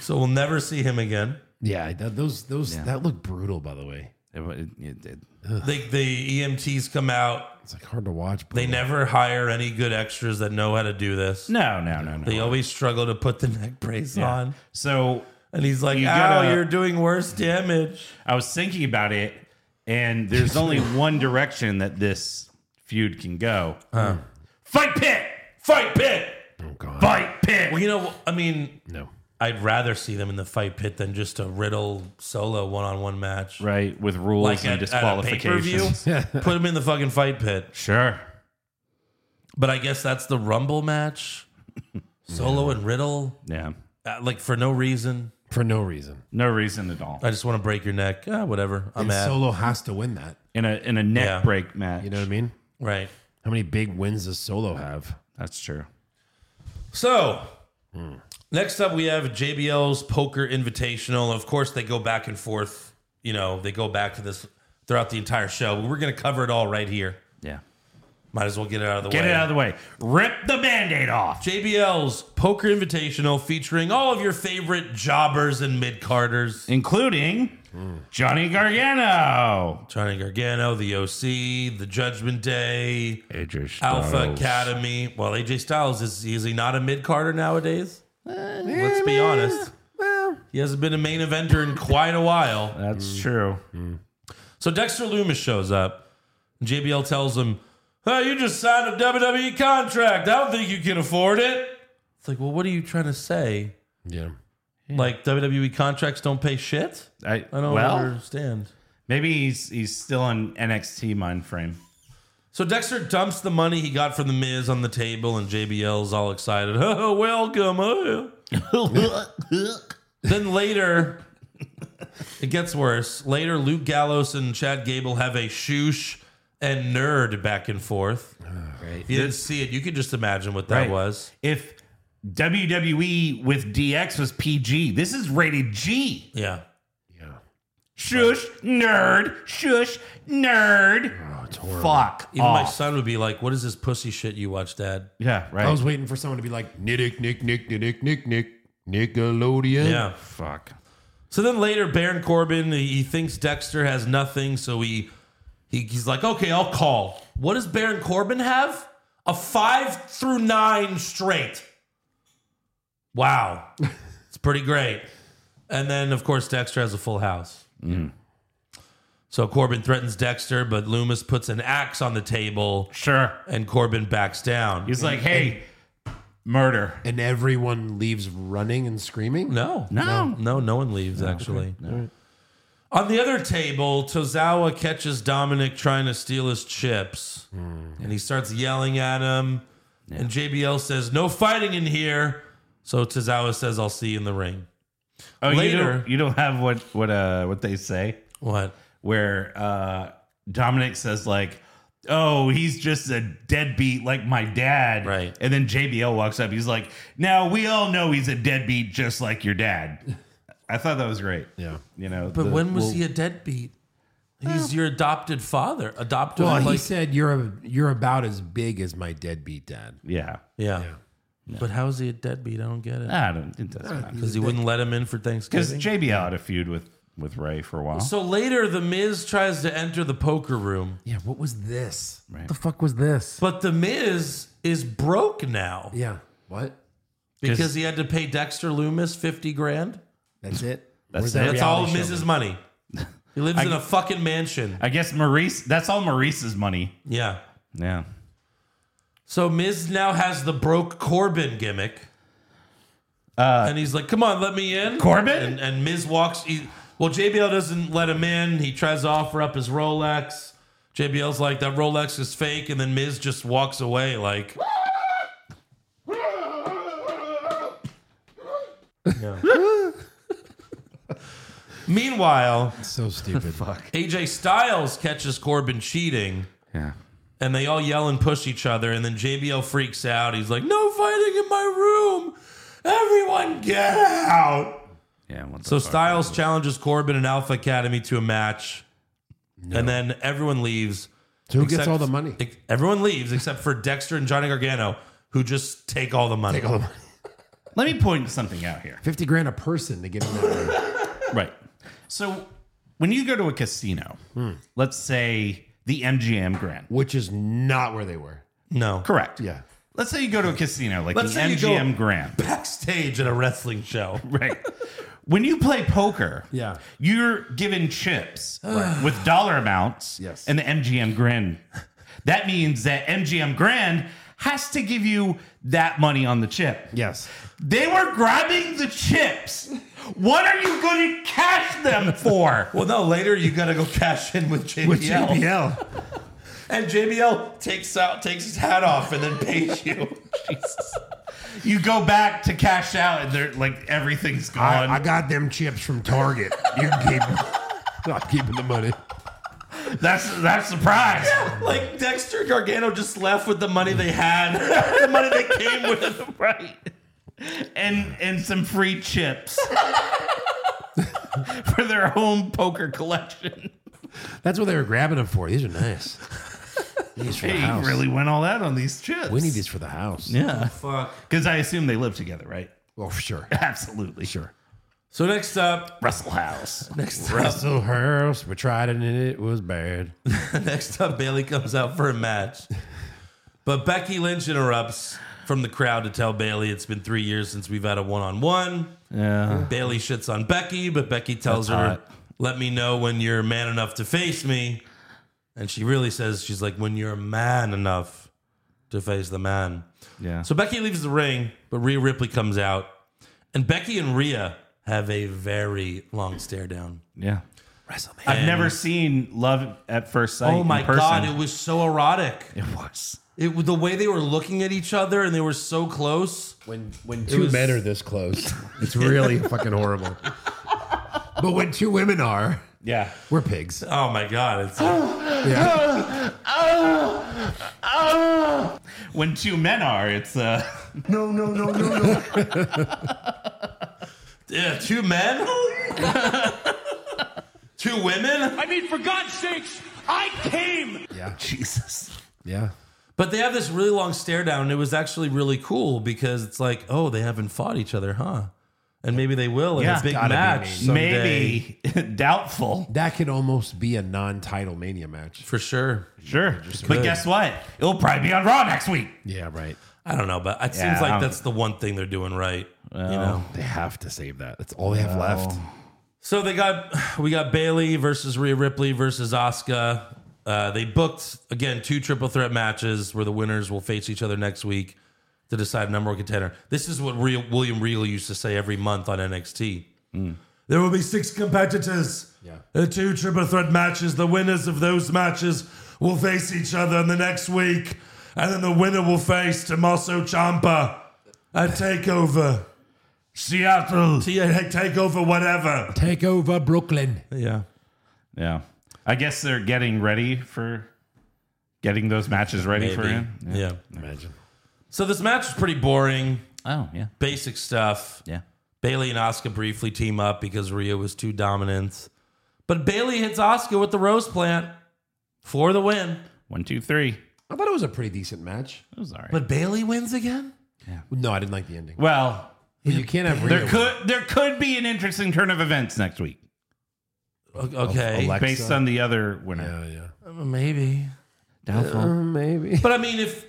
So we'll never see him again. yeah, that, those those that looked brutal. By the way, It, wa- it- it did. They, the EMTs come out. it's like hard to watch. They never hire any good extras that know how to do this. No, no, no, no. They always struggle to put the neck brace on. so And he's like, You "Ow, gotta- you're doing worse damage." I was thinking about it, and there's only one direction that this feud can go. Uh. Fight pit! Fight pit! oh god, Fight pit! Well, you know, I mean, no. I'd rather see them in the fight pit than just a Riddle solo one-on-one match. right, with rules Like and at, at a pay-per-view, disqualifications. put him in the fucking fight pit. sure. But I guess that's the Rumble match. Solo and Riddle, Yeah. uh, like for no reason. For no reason. No reason at all. I just want to break your neck. Ah, whatever. I'm And at Solo has to win that. In a in a neck Yeah. break match. You know what I mean? right. How many big wins does Solo have? That's true. So next up, we have JBL's Poker Invitational. Of course, they go back and forth. You know, they go back to this throughout the entire show. We're going to cover it all right here. Yeah. Might as well get it out of the Get way. it out of the way. Rip the band-aid off. JBL's Poker Invitational featuring all of your favorite jobbers and mid carders. Including Johnny Gargano. Johnny Gargano, the OC, the Judgment Day, Adrian Alpha Academy. Well, AJ Styles is is he not a mid carder nowadays? Let's be honest. He hasn't been a main eventer in quite a while. That's true. So Dexter Loomis shows up. JBL tells him, Hey, you just signed a WWE contract. I don't think you can afford it. It's like, well, what are you trying to say? Yeah. Like WWE contracts don't pay shit? I, I don't well, understand. maybe he's he's still in NXT mind frame. So Dexter dumps the money he got from the Miz on the table, and JBL's all excited. Oh, welcome. Oh. then later, it gets worse. Later, Luke Gallows and Chad Gable have a shoosh and nerd back and forth. If you didn't see it, you could just imagine what that Right. was. If E WWE with DX was PG, this is rated G. Yeah. Shush, nerd. Shush, nerd. Fuck. Oh, Even my off. son would be like, "What is this pussy shit you watch, Dad?" Yeah, right. I was waiting for someone to be like, Nick, Nick, Nick, Nick, Nick, Nick, Nickelodeon. Yeah. Fuck. So then later, Baron Corbin he he thinks Dexter has nothing, so he, he he's like, "Okay, I'll call." What does Baron Corbin have? A five through nine straight. Wow, it's pretty great. And then, of course, Dexter has a full house. So Corbin threatens Dexter, but Loomis puts an axe on the table, Sure. and Corbin backs down. He's like, hey, murder. And everyone leaves running and screaming. No, No. no, no one leaves. actually, on the other table, Tozawa catches Dominic trying to steal his chips, and he starts yelling at him. And JBL says, "No fighting in here." So Tozawa says, "I'll see you in the ring." Oh, You Later- don't, you don't have what what uh what they say What? where uh Dominic says like, "Oh, he's just a deadbeat like my dad." Right. And then JBL walks up. He's like, "Now we all know he's a deadbeat just like your dad." I thought that was great. Yeah. You know. But the- when was well, he a deadbeat? He's your adopted father. Adopted, Well, he like, said you're a, you're about as big as my deadbeat dad. Yeah. Ah, yeah. But how is he a deadbeat? I don't get it. I don't. It doesn't matter. Because he wouldn't let him in for Thanksgiving. Because JBL had a feud with with Ray for a while. So later, the Miz tries to enter the poker room, Yeah, what was this? Right. What the fuck was this? but the Miz is broke now Yeah. What? because he had to pay Dexter Loomis fifty grand. That's it? That's Where's it. that That's all reality show? Miz's money. He lives in a fucking mansion. I guess Maurice. That's all Maurice's money. Yeah. Yeah. So Miz now has the broke Corbin gimmick, Uh, and he's like, "Come on, let me in." Corbin? and, and Miz walks. He, well, JBL doesn't let him in. He tries to offer up his Rolex. JBL's like, "That Rolex is fake," and then Miz just walks away. Like, meanwhile, So stupid. fuck. AJ Styles catches Corbin cheating. Yeah. and they all yell and push each other and then JBL freaks out. He's like, "No fighting in my room. Everyone get out." Yeah. What the So fuck? Styles challenges Corbin and Alpha Academy to a match. And then everyone leaves. So who gets except- all the money? ex- Everyone leaves except for Dexter and Johnny Gargano who just take all the money. Take all the money. Let me point something out here. 50 grand a person to get in that room. Right. So when you go to a casino, let's say the MGM Grand. Which is not where they were. no. Correct. Yeah. Let's say you go to a casino like Let's the say you go- MGM Grand. Backstage at a wrestling show. Right. when you play poker, Yeah. you're given chips with dollar amounts Yes. and the MGM Grand. That means that MGM Grand has to give you that money on the chip. Yes. They were grabbing the chips. What are you going to cash them for? Well, no, later you got to go cash in with JBL. JBL. And JBL takes out takes his hat off and then pays you. you go back to cash out and they're like everything's gone. I, I got them chips from Target. You can keep them. I'm keeping the money. that's that's the prize. Like Dexter Gargano just left with the money they had, the money they came with. Right. And and some free chips for their home poker collection. That's what they were grabbing them for. These are nice. These for the Hey, you house. really went all out on these chips. We need these for the house. Yeah. Fuck. Because I assume they live together, right? Oh, for sure. Absolutely. Sure. So next up, Russell House. next Russell Hearst, we tried it and it was bad. up, next up, Bailey comes out for a match, but Becky Lynch interrupts from the crowd to tell Bailey it's been three years since we've had a one on one. Yeah. Bailey shits on Becky, but Becky tells That's her, hot. "Let me know when you're man enough to face me." And she really says, "She's like, when you're man enough to face the man." Yeah. So Becky leaves the ring, but Rhea Ripley comes out, and Becky and Rhea have a very long stare down. yeah. I've never seen Love at First Sight. Oh my in person. god, it was so erotic. It was. It was the way they were looking at each other and they were so close. When when two was- men are this close, it's really fucking horrible. But when two women are, Yeah. we're pigs. Oh my god, it's When two men are, it's uh No, no, no, no, no. yeah, two men. Two women? I mean, for God's sakes, I came. Yeah. Jesus. Yeah. But they have this really long stare down. And it was actually really cool because it's like, oh, they haven't fought each other, huh? And maybe they will in Yeah. a big Gotta be match. someday. Maybe doubtful. That could almost be a non-title mania match. For sure. Sure. But guess what? It'll probably be on Raw next week. Yeah, right. I don't know, but it Yeah, seems I like don't- that's the one thing they're doing right. you know. They have to save that. That's all they have left. So they got we got Bailey versus Rhea Ripley versus Asuka. Uh, they booked again two triple threat matches where the winners will face each other next week to decide number one contender. This is what Rhea, William Regal used to say every month on NXT. There will be six competitors. Mm. Yeah. two triple threat matches. The winners of those matches will face each other in the next week, and then the winner will face Tommaso Ciampa at Takeover. Seattle. Takeover, whatever. Take over Brooklyn. Yeah. Yeah. I guess they're getting ready for getting those matches ready for Maybe. him. Yeah. Imagine. So this match is pretty boring, Oh, yeah. basic stuff. Yeah. Bailey and Oscar briefly team up because Rhea was too dominant. But Bailey hits Oscar with the rose plant for the win. One, two, three. I thought it was a pretty decent match. That was all right. But Bailey wins again? No, I didn't like the ending. well, But you can't have there Rhea could there could be an interesting turn of events next week O- Okay. Alexa. based on the other winner. Yeah, yeah. Uh, Uh, Maybe. Doubtful. maybe. But I mean, if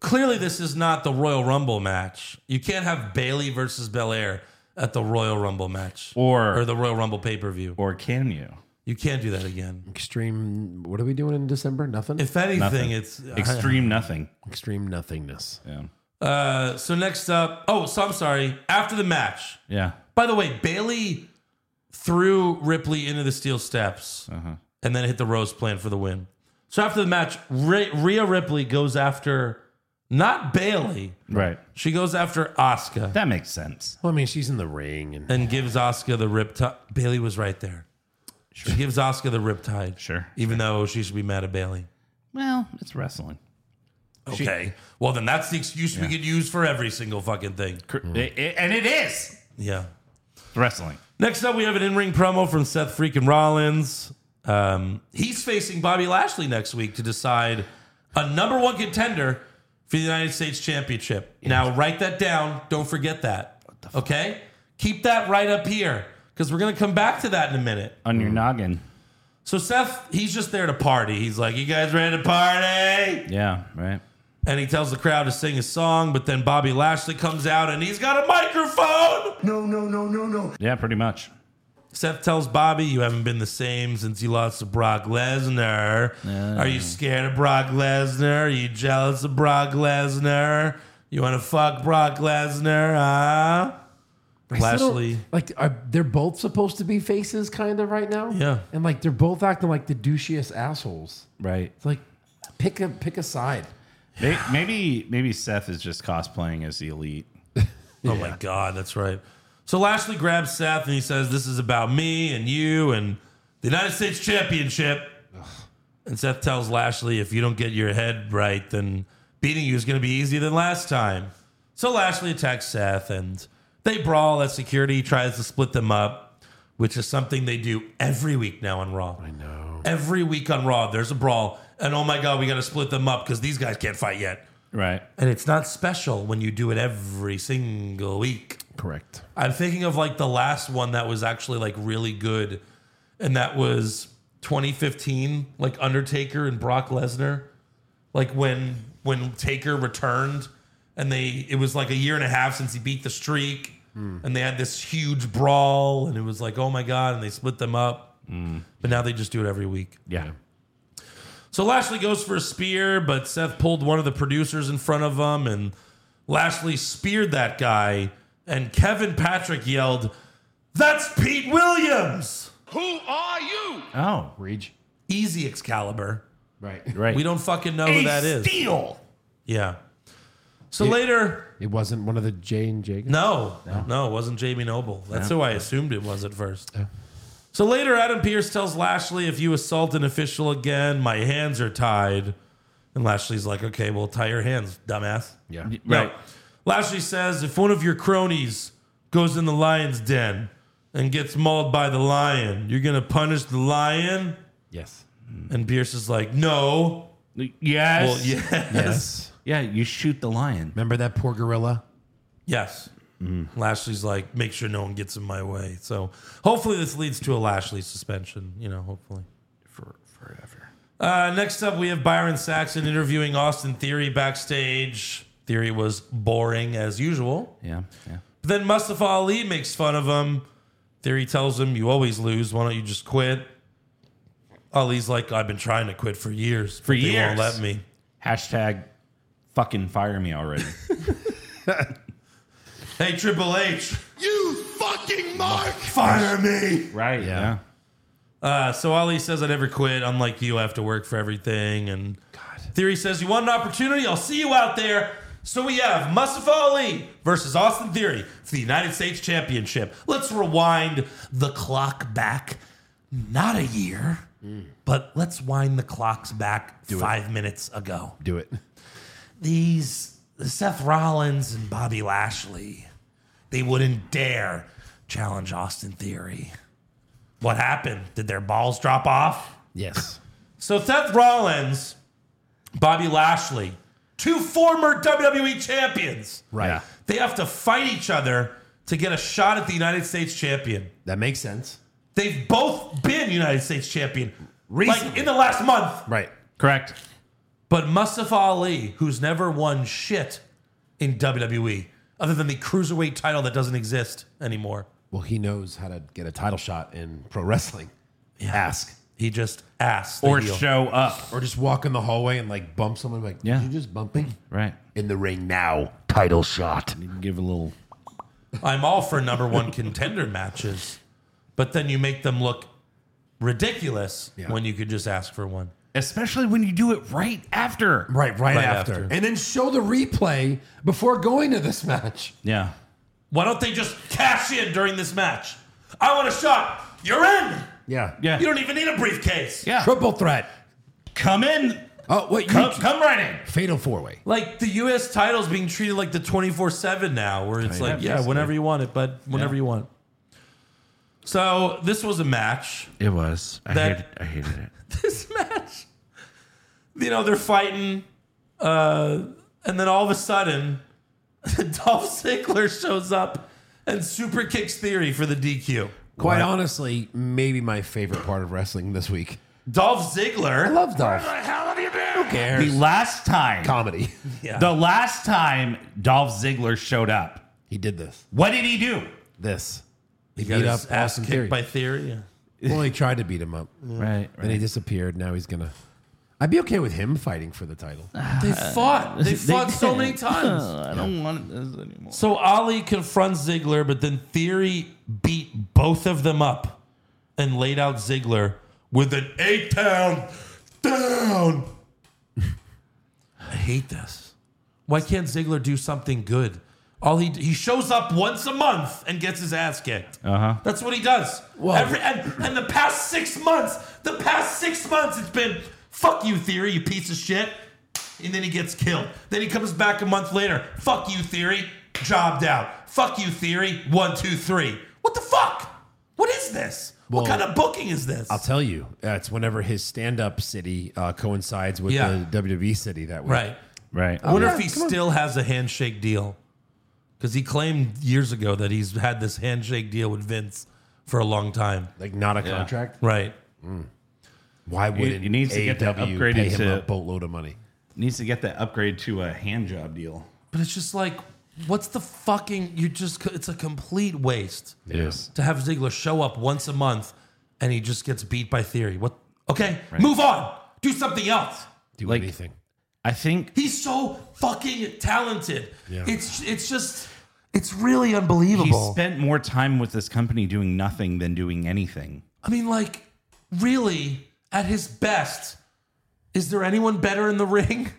clearly this is not the Royal Rumble match, you can't have Bailey versus Belair at the Royal Rumble match Or- or the Royal Rumble pay per view. Or can you? You can't do that again. Extreme. What are we doing in December? Nothing. If anything, Nothing. it's Extreme nothing. Extreme nothingness. Yeah. Uh, so next up, oh, so I'm sorry. After the match, Yeah. by the way, Bailey threw Ripley into the steel steps and then hit the rose plant for the win. So after the match, Rhea Rhea Ripley goes after not Bailey, Right. she goes after Asuka That makes sense. Well, I mean, she's in the ring, and and gives Asuka the riptide. Bailey was right there. She gives Asuka the riptide. Sure. Even though she should be mad at Bailey. Well, it's wrestling. Okay. well, then that's the excuse we could use for every single fucking thing. Cor- it- it- and it is Yeah. It's wrestling. Next up, we have an in-ring promo from Seth freaking Rollins. Um, he's facing Bobby Lashley next week to decide a number one contender for the United States Championship. Now, write that down. Don't forget that. Okay, keep that right up here because we're gonna come back to that in a minute. On your noggin. So Seth, he's just there to party. He's like, "You guys ready to party?" Yeah. Right. And he tells the crowd to sing his song. But then Bobby Lashley comes out and he's got a microphone. No, no, no, no, no. Yeah. Pretty much. Seth tells Bobby, "You haven't been the same since you lost to Brock Lesnar. Are you scared of Brock Lesnar? Are you jealous of Brock Lesnar? You want to fuck Brock Lesnar, huh?" I still don't- Lashley, like, are, they're both supposed to be faces, kind of right now. Yeah. and like they're both acting like the douchiest assholes. Right. It's like, pick a pick a side. May- Maybe maybe Seth is just cosplaying as the elite. oh my god, that's right. So Lashley grabs Seth and he says, "This is about me and you and the United States Championship." And Seth tells Lashley, "If you don't get your head right, then beating you is going to be easier than last time." So Lashley attacks Seth and they brawl as security tries to split them up, which is something they do every week now on Raw. I know. Every week on Raw, there's a brawl, and oh my God, we got to split them up because these guys can't fight yet. Right. And it's not special when you do it every single week. Correct. I'm thinking of like the last one that was actually like really good, and that was 2015, like Undertaker and Brock Lesnar, like when when Taker returned, and they it was like a year and a half since he beat the streak, and they had this huge brawl, and it was like oh my god, and they split them up, but now they just do it every week. Yeah. So Lashley goes for a spear, but Seth pulled one of the producers in front of him, and Lashley speared that guy. And Kevin Patrick yelled, "That's Pete Williams!" Who are you? Oh. Rage. Easy Excalibur. Right. Right. We don't fucking know who that is. Deal. Yeah. So later, It wasn't one of the J and J. no, no, it wasn't Jamie Noble. That's who I assumed it was at first. So later, Adam Pierce tells Lashley, "If you assault an official again, my hands are tied." And Lashley's like, "Okay, well, tie your hands, dumbass." Yeah. Right. No. Lashley says if one of your cronies goes in the lion's den and gets mauled by the lion, you're going to punish the lion? Yes. And Pierce is like, no. Yes. Well, yeah. Yes. Yeah, you shoot the lion. Remember that poor gorilla? Yes. Mm. Lashley's like, make sure no one gets in my way. So hopefully this leads to a Lashley suspension, you know, hopefully. For forever. Uh, next up, we have Byron Saxon interviewing Austin Theory backstage. Theory was boring as usual. Yeah. Yeah. But then Mustafa Ali makes fun of him. Theory tells him, You always lose. Why don't you just quit? Ali's like, I've been trying to quit for years. For but They won't years. let me. Hashtag fucking fire me already. Hey, Triple H, You fucking mark! fire me. right. Yeah. Uh, so Ali says, I never quit. Unlike you, I have to work for everything. And Theory says, You want an opportunity? I'll see you out there. So we have Mustafa Ali versus Austin Theory for the United States Championship. Let's rewind the clock back, not a year, but let's wind the clocks back five minutes ago. Do it. These Seth Rollins and Bobby Lashley, they wouldn't dare challenge Austin Theory. What happened? Did their balls drop off? Yes. So Seth Rollins, Bobby Lashley, two former WWE champions. Right. They have to fight each other to get a shot at the United States champion. That makes sense. They've both been United States champion like Recently. in the last month. Right. Correct. But Mustafa Ali, who's never won shit in WWE other than the cruiserweight title that doesn't exist anymore. Well, he knows how to get a title shot in pro wrestling. Ask. He just asked the Or heel. show up. Or just walk in the hallway and like bump someone like, Yeah. yeah. you just bumping? Right. In the ring now. Title shot. Give a little. I'm all for number one contender matches, but then you make them look ridiculous Yeah. when you could just ask for one. Especially when you do it right after. Right, Right right, after. after. And then show the replay before going to this match. Yeah. Why don't they just cash in during this match? I want a shot. You're in. Yeah. Yeah. You don't even need a briefcase. yeah. Triple threat. Come in. Oh, wait, you Come, come right in. fatal four way. Like the U.S. title's being treated like the 24 7 now, where it's like, yeah, basically. whenever you want it, but whenever Yeah. you want. So this was a match. It was. I That- hated- I hated it. this match. You know, they're fighting, uh, and then all of a sudden, Dolph Ziggler shows up and super kicks Theory for the DQ. Quite honestly, maybe my favorite part of wrestling this week. Dolph Ziggler, I love Dolph. hell have you been? Who cares? The last time. Comedy. yeah, The last time Dolph Ziggler showed up, He did this. what did he do? This. He, got beat up his ass Austin kicked Theory. by Theory. yeah. well, he tried to beat him up. Then Right. he disappeared. Now he's gonna. I'd be okay with him fighting for the title. They fought. They fought so many times. I don't want this anymore. So Ali confronts Ziggler, but then Theory beat both of them up and laid out Ziggler with an eight pound down. I hate this. Why can't Ziggler do something good? All he he shows up once a month and gets his ass kicked. Uh-huh. That's what he does. Every and, and the past six months, the past six months, it's been fuck you, Theory, you piece of shit. And then he gets killed. Then he comes back a month later. Fuck you, Theory. Jobbed out. Fuck you, Theory. One, two, three. What the fuck? What is this? what Well, kind of booking is this? I'll tell you, that's whenever his stand-up city uh, coincides with Yeah. the WWE city that week. right. Right. I wonder yeah, if he come on. still has a handshake deal. Because he claimed years ago that he's had this handshake deal with Vince for a long time. Like not a contract. Right. Why wouldn't he needs to get that AEW upgraded pay him to- a boatload of money? Needs to get that upgrade to a hand job deal. But it's just like, what's the fucking. You just. It's a complete waste Yes. to have Ziggler show up once a month and he just gets beat by Theory. What? Okay, move on. Do something else. Do Like- anything. I think He's so fucking talented. Yeah. It's it's just it's really he unbelievable. spent more time with this company doing nothing than doing anything. I mean, like, really, at his best, is there anyone better in the ring?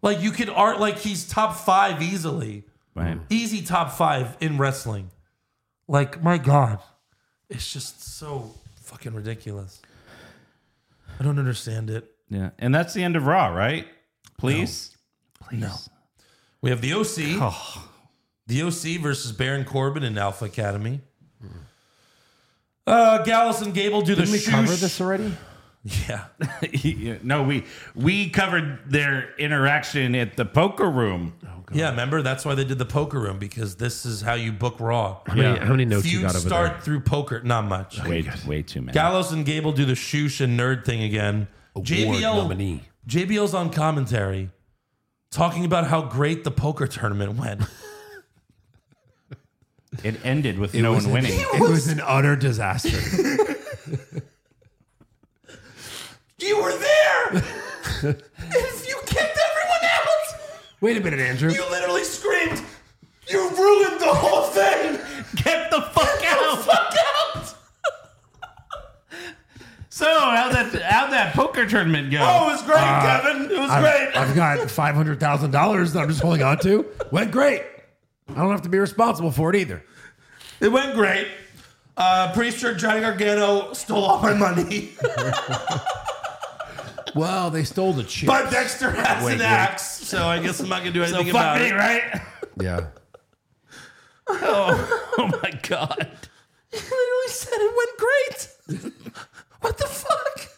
Like you could art like he's top five easily. Right. Easy top five in wrestling. Like, my God. It's just so fucking ridiculous. I don't understand it. Yeah. And that's the end of Raw, right? Please. Please. No. We have the Oh. OC. The OC versus Baron Corbin in Alpha Academy. Uh, Gallus and Gable do the Didn't we shoe cover sh- this already? Yeah. Yeah, no, we we covered their interaction at the poker room. Yeah, remember? That's why they did the poker room because this is how you book Raw. How many, Yeah. how many notes you Feud got over start there? through poker. Not much. Way, way too many. Gallows and Gable do the shoosh and nerd thing again. Award nominee. JBL's on commentary talking about how great the poker tournament went. It ended with no one winning. It was an utter disaster. you were there! if you kicked everyone out! Wait a minute, Andrew. You literally screamed, You ruined the whole thing! Get the fuck out! Fuck out! So how that how that poker tournament go? Oh, it was great, Uh, Kevin. It was I've, great. I've got five hundred thousand dollars that I'm just holding on to. Went great. I don't have to be responsible for it either. It went great. Uh, pretty sure Johnny Gargano stole all my money, Well, they stole the chip. but Dexter has Wait, an wait. axe, so I guess I'm not gonna do so anything fuck about me, it. right? yeah. Oh my god! He literally said it went great. what the fuck?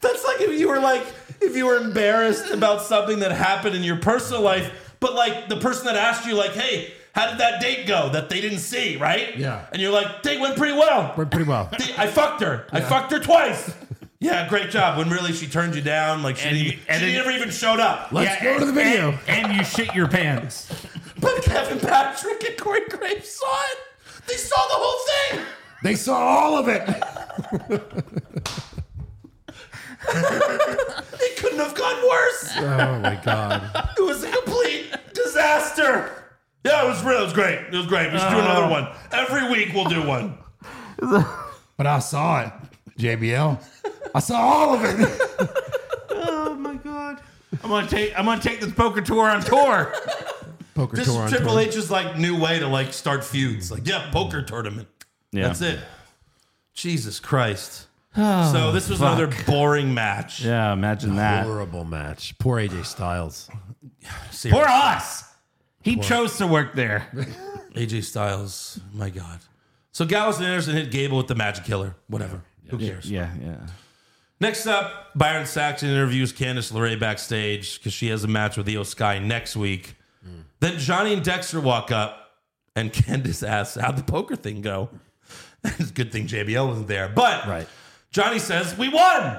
That's like if you were like if you were embarrassed about something that happened in your personal life, but like the person that asked you, like, "Hey, how did that date go?" That they didn't see, right? Yeah. And you're like, "Date went pretty well. Went pretty well. Date- I fucked her. I fucked her twice." Yeah, great job. When really she turned you down, like she, And didn't, you- and she then- never even showed up. Let's go to the and- video. And, and you shit your pants. But Kevin Patrick and Corey Graves saw it. They saw the whole thing. They saw all of it. It couldn't have gone worse. Oh my god. It was a complete disaster. Yeah, it was real. It was great. It was great. We should do Oh. another one. Every week we'll do one. But I saw it. JBL. I saw all of it. Oh my god! I'm gonna take I'm gonna take this poker tour on tour. Poker This tour on Triple tour. H's like new way to like start feuds. Like, yeah, poker tournament. Yeah. That's it. Jesus Christ. Oh, so this was another boring match. Yeah, imagine that. Horrible match. Poor AJ Styles. Seriously. Poor us. He chose to work there. AJ Styles. My God. So Gallows and Anderson hit Gable with the Magic Killer. Whatever. Who cares? Yeah, yeah. Next up, Byron Saxon interviews Candice LeRae backstage because she has a match with Io Sky next week. Then Johnny and Dexter walk up, and Candice asks, How'd the poker thing go? it's a good thing JBL wasn't there. But Right. Johnny says, We won.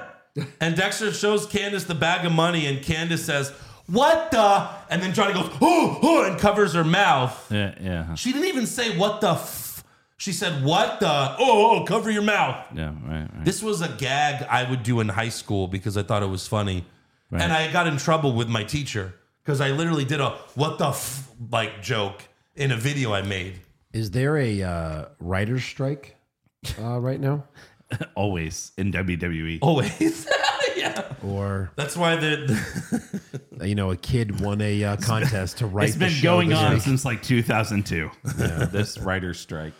and Dexter shows Candice the bag of money, and Candice says, What the? And then Johnny goes, Oh, oh, and covers her mouth. Yeah, yeah. She didn't even say, What the? F-. She said, What the? Oh, oh, cover your mouth. Yeah, right, right. This was a gag I would do in high school because I thought it was funny. Right. And I got in trouble with my teacher because I literally did a what the f like joke in a video I made. Is there a uh, writer's strike uh, right now? Always in E. WWE. Always. yeah. Or That's why the you know, a kid won a uh, contest to write. it's the been show going this on week. since like 2002. this writer's strike.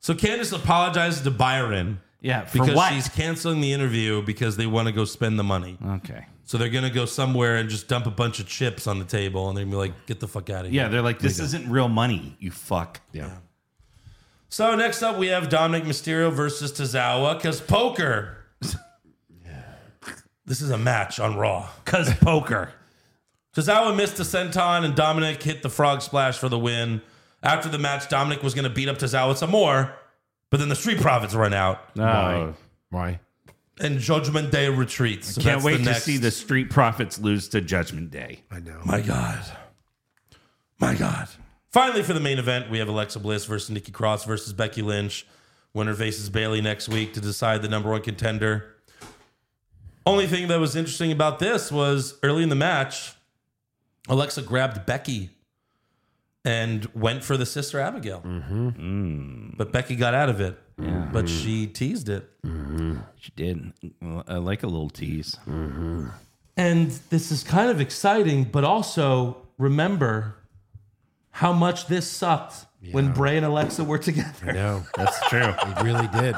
So Candace apologizes to Byron. Yeah, for Because what? she's canceling the interview because they want to go spend the money. Okay. So they're gonna go somewhere and just dump a bunch of chips on the table and they're gonna be like, get the fuck out of here. Yeah, they're like, this isn't real money, you fuck. Yeah. So next up we have Dominic Mysterio versus Tozawa because poker. this is a match on Raw. Because poker. Tozawa missed the senton and Dominic hit the frog splash for the win. After the match, Dominic was going to beat up Tozawa some more, but then the Street Profits run out No. Why? and Judgment Day retreats. So Can't that's wait the to next- see the Street Profits lose to Judgment Day. My God. My God. Finally, for the main event, we have Alexa Bliss versus Nikki Cross versus Becky Lynch. Winner faces Bailey next week to decide the number one contender. Only thing that was interesting about this was early in the match, Alexa grabbed Becky and went for the sister Abigail. But Becky got out of it, but she teased it. She did. I like a little tease. And this is kind of exciting, but also remember how much this sucked when Bray and Alexa were together. No, That's true. it really did.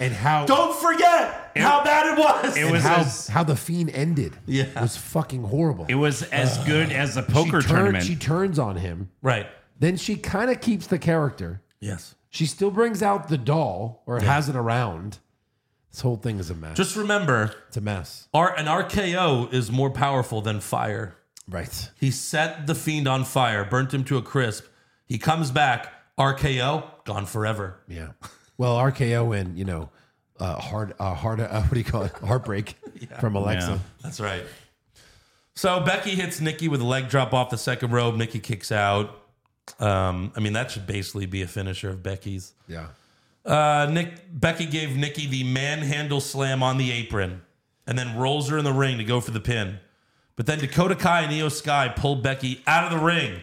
And how Don't forget how bad it was. It was how, as, how the fiend ended Yeah. was fucking horrible. it was as good as a she, poker turns- tournament. she turns on him. right. Then she kind of keeps the character, Yes. She still brings out the doll or has it around. This whole thing is a mess. Just remember, it's a mess. our, an RKO is more powerful than fire. Right. He set the fiend on fire, burnt him to a crisp. He comes back, RKO, gone forever. Yeah. Well, RKO and, you know, uh, hard, uh, hard, uh, what do you call it? Heartbreak from Alexa. Yeah. That's right. So Becky hits Nikki with a leg drop off the second rope. Nikki kicks out. Um, I mean, that should basically be a finisher of Becky's. Yeah. Uh, Nick Becky gave Nikki the manhandle slam on the apron, and then rolls her in the ring to go for the pin. But then Dakota Kai and Io Sky pull Becky out of the ring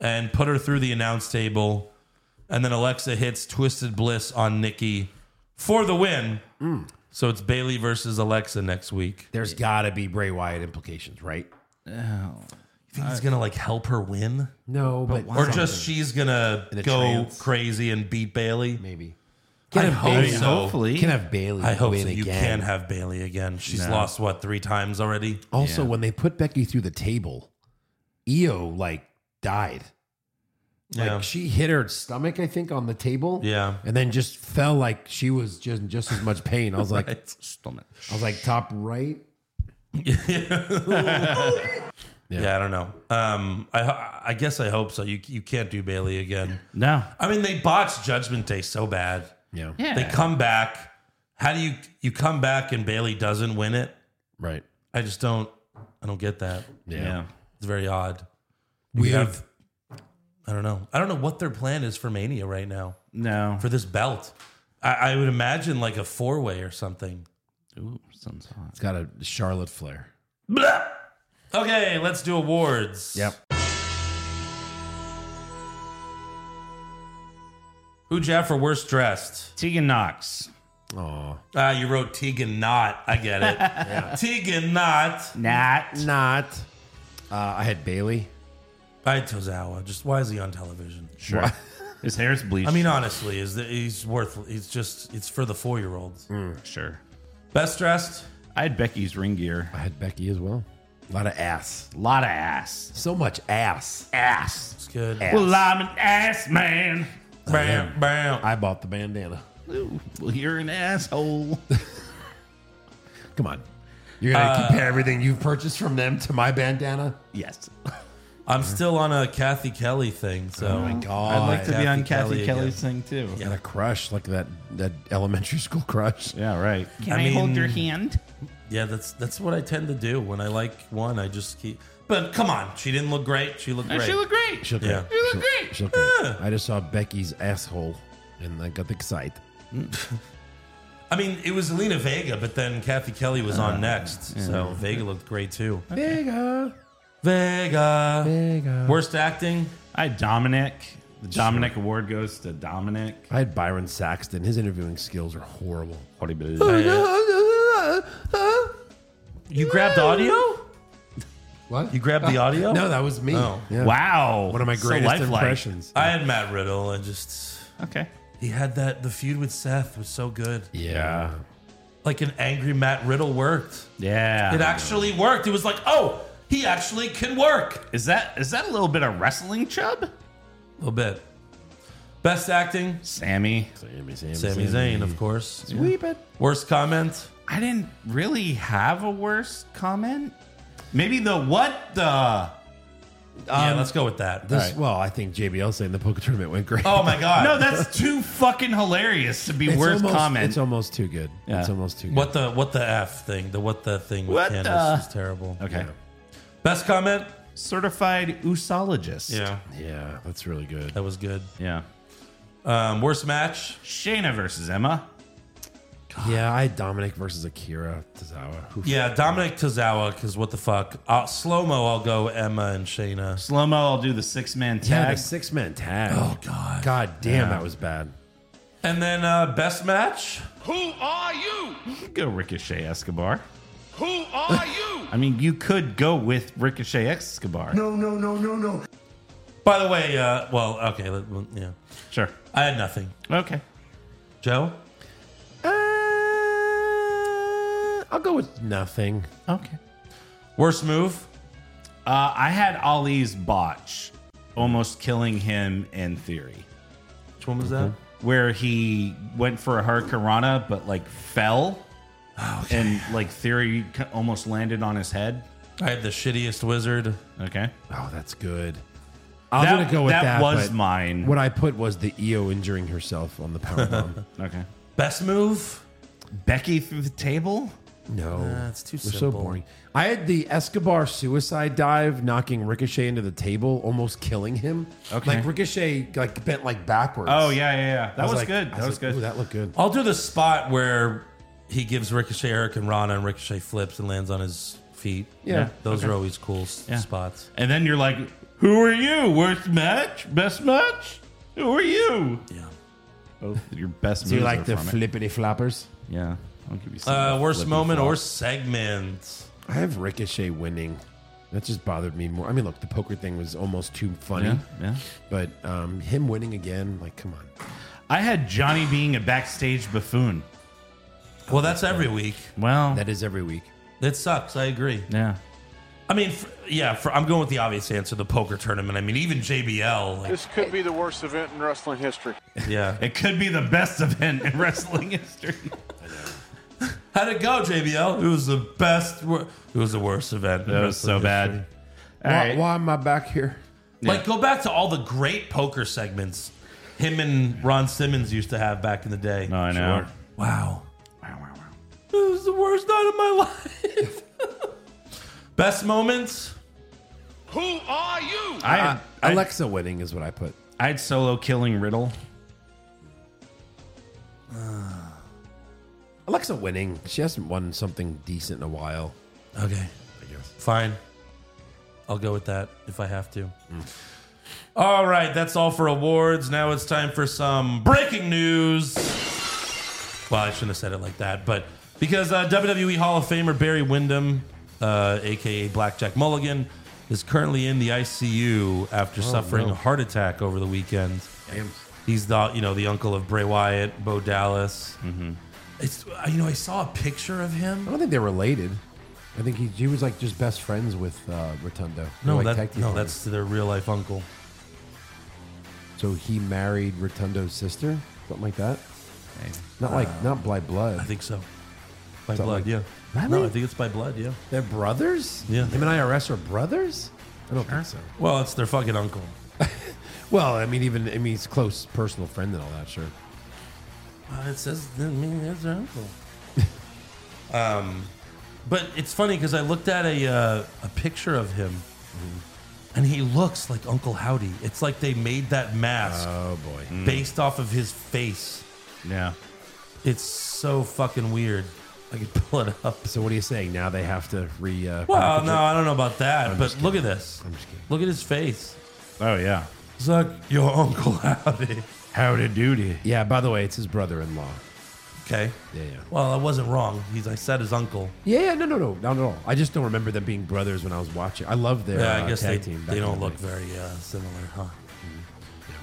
and put her through the announce table. And then Alexa hits Twisted Bliss on Nikki for the win. Mm. So it's Bailey versus Alexa next week. There's got to be Bray Wyatt implications, right? You think he's gonna like help her win, No, but, or just she's gonna In a go trance. crazy and beat Bailey? maybe. Can I have hope Bailey- so. Hopefully. Can have Bailey. I hope win so. you again. can have Bailey again. She's lost what three times already. Also, Yeah. when they put Becky through the table, Io like died. Like Yeah. she hit her stomach, I think, on the table. Yeah. and then just fell like she was just just as much pain. I was like, Stomach. I was like top right. yeah. I don't know. Um, I ho- I guess I hope so. You you can't do Bailey again. No. I mean, they botched Judgment Day so bad. Yeah, Yeah. They come back. How do you you come back and Bailey doesn't win it? right. I just don't. I don't get that. Yeah, yeah. It's very odd. we You have. I don't know. I don't know what their plan is for Mania right now. No. for this belt. I, I would imagine like a four way or something. Ooh, sounds hot. It's got a Charlotte flair. Okay, let's do awards. Who Jeff for worst dressed? Tegan Knox. Oh, Ah, you wrote Tegan Knott. I get it. Tegan Knott. Nat. not. Uh, I had Bailey. I had Tozawa. Just why is he on television? Sure. His hair's bleached. I mean, honestly, is that he's worth? He's just it's for the four year olds. sure. Best dressed. I had Becky's ring gear. I had Becky as well. A lot of ass. A lot of ass. So much ass. Ass. It's good. Well, I'm an ass man. Bam, bam. I bought the bandana. Ooh, well, you're an asshole. Come on. You're gonna compare everything you've purchased from them to my bandana? yes. I'm still on a Kathy Kelly thing. So God. Oh I'd like to be on Kathy Kathy Kelly Kelly's thing too. Got a crush like that that elementary school crush. Yeah, right. I I hold mean- your hand? Yeah, that's that's what I tend to do when I like one. I just keep. But come on, she didn't look great. She looked great. great. She looked Yeah. great. She looked great. She looked great. I just saw Becky's asshole and I got excited. I mean, it was Lena Vega, but then Kathy Kelly was Uh, on next, so Vega looked great too. Vega. Vega. Vega. Worst acting. I had Dominic. The Dominic Award goes to Dominic. I had Byron Saxton. His interviewing skills are horrible. What do you believe? You grabbed audio. What? You grabbed the audio. Uh, no, that was me. Oh. Yeah. uh, Wow. One of my So greatest lifelike. impressions. I had Matt Riddle, and just Okay. he had that. The feud with Seth was so good. Yeah. Like an angry Matt Riddle worked. Yeah. It actually worked. It was like, oh, he actually can work. is that is that a little bit of wrestling chub? A little bit. Best acting. Sammy. Sammy, Sammy, Sami Zayn, of course. Sweep it. Worst comment? I didn't really have a worse comment. Maybe the um, what the yeah, let's go with that. This, Well, I think JBL saying the poker tournament went great. oh my god! No, that's too fucking hilarious to be It's worse almost- comment. It's almost too good. Yeah. It's almost too good. what the what the f thing? The what the thing with What Candace the- is terrible. okay. Best comment? Certified usologist. Yeah, that's really good. that was good. Yeah. Um, worst match? Shayna versus Emma. Yeah, I had Dominic versus Akira Tozawa. Who Yeah, Dominic Tozawa. Because what the fuck? Uh, Slow mo. I'll go Emma and Shayna. Slow mo, I'll do the six man had a tag. six man tag. god! Oh, God damn, that was bad. And then uh, best match? Who are you? You could go Ricochet Escobar. Who are you? I mean, you could go with Ricochet Escobar. No, no, no, no, no. By the way, uh, well, okay, let- well, yeah. Sure. I had nothing. Okay. Joe, Uh, I'll go with nothing. Okay. worst move? Uh, I had Ali's botch almost killing him in theory. Which one was that? where he went for a hurricanrana but like fell Oh, and like theory c- almost landed on his head. I have the shittiest wizard. Okay. Oh, that's good. I'm That- gonna go with that that. was but mine. What I put was the EO injuring herself on the power bomb. Okay. Best move? Becky through the table? no, That's too we're so boring. I had the Escobar suicide dive, knocking Ricochet into the table, almost killing him. Okay. like Ricochet like bent like backwards. Oh yeah, yeah, yeah. That I was, like- good. I That was like, good. Ooh, that looked good. I'll do the spot where he gives Ricochet Eric and Rana, and Ricochet flips and lands on his feet. Yeah. Those are always cool s- Yeah. spots. and then you're like, "Who are you? Worst match? Best match? Who are you?" Yeah. Both your best. Do you moves like are the from it. flippity floppers? Yeah, I'll give you. Some of Uh, the worst flippy moment or flop. segment? I have Ricochet winning. That just bothered me more. I mean, look, the poker thing was almost too funny, Yeah, yeah. but um, him winning again, like, come on. I had Johnny being a backstage buffoon. Well, that's every week. Well, That is every week. It sucks. I agree. yeah. I mean, f yeah, for, I'm going with the obvious answer, the poker tournament. I mean, even JBL. Like, This could be the worst event in wrestling history. yeah. It could be the best event in wrestling history. How'd it go, JBL? It was the best. wor- It was the worst event. in That was so wrestling bad. history. All why, right. why am I back here? Like, go back to all the great poker segments him and Ron Simmons used to have back in the day. No, I know. Wow. Wow, wow, wow. It was the worst night of my life. Best moments? Who are you? uh, I had, I, I, Alexa winning is what I put. I had solo killing Riddle. Alexa winning. She hasn't won something decent in a while. Okay. I guess. Fine. I'll go with that if I have to. All right, that's all for awards. Now it's time for some breaking news. Well, I shouldn't have said it like that, but because uh, WWE Hall of Famer Barry Windham, uh, aka Blackjack Mulligan, is currently in the ICU after suffering a heart attack over the weekend. He's the you know the uncle of Bray Wyatt, Bo Dallas. It's uh, you know I saw a picture of him. I don't think they're related. I think he, he was like just best friends with uh, Rotundo. They No, were, like, tag that, team no partners. that's their real life uncle. so he married Rotundo's sister, something like that. Not like not by blood. Uh, I think so. By Something blood, like- yeah. No, Really? I think it's by blood, yeah. They're brothers. Yeah. him and IRS are brothers. I don't think so. Well, it's their fucking uncle. Well, I mean, even I mean, he's close personal friend and all that. Sure. Uh, it says, I mean, it's their uncle. um, but it's funny because I looked at a uh, a picture of him, Mm-hmm. and he looks like Uncle Howdy. It's like they made that mask Oh boy. based off of his face. Yeah. It's so fucking weird. I could pull it up. So what are you saying? Now they have to re. Uh, Well, package no, it? I don't know about that, but look at this. I'm just kidding. Look at his face. Oh yeah. It's like your Uncle Howdy. How to duty. Yeah. By the way, it's his brother-in-law. Okay. Yeah. Yeah. Well, I wasn't wrong. He's I said his uncle. Yeah, yeah, no, no, no, not at all. I just don't remember them being brothers when I was watching. I love their Yeah, uh, I guess they, tag team. back they in don't the look day. Mm-hmm. very uh, similar,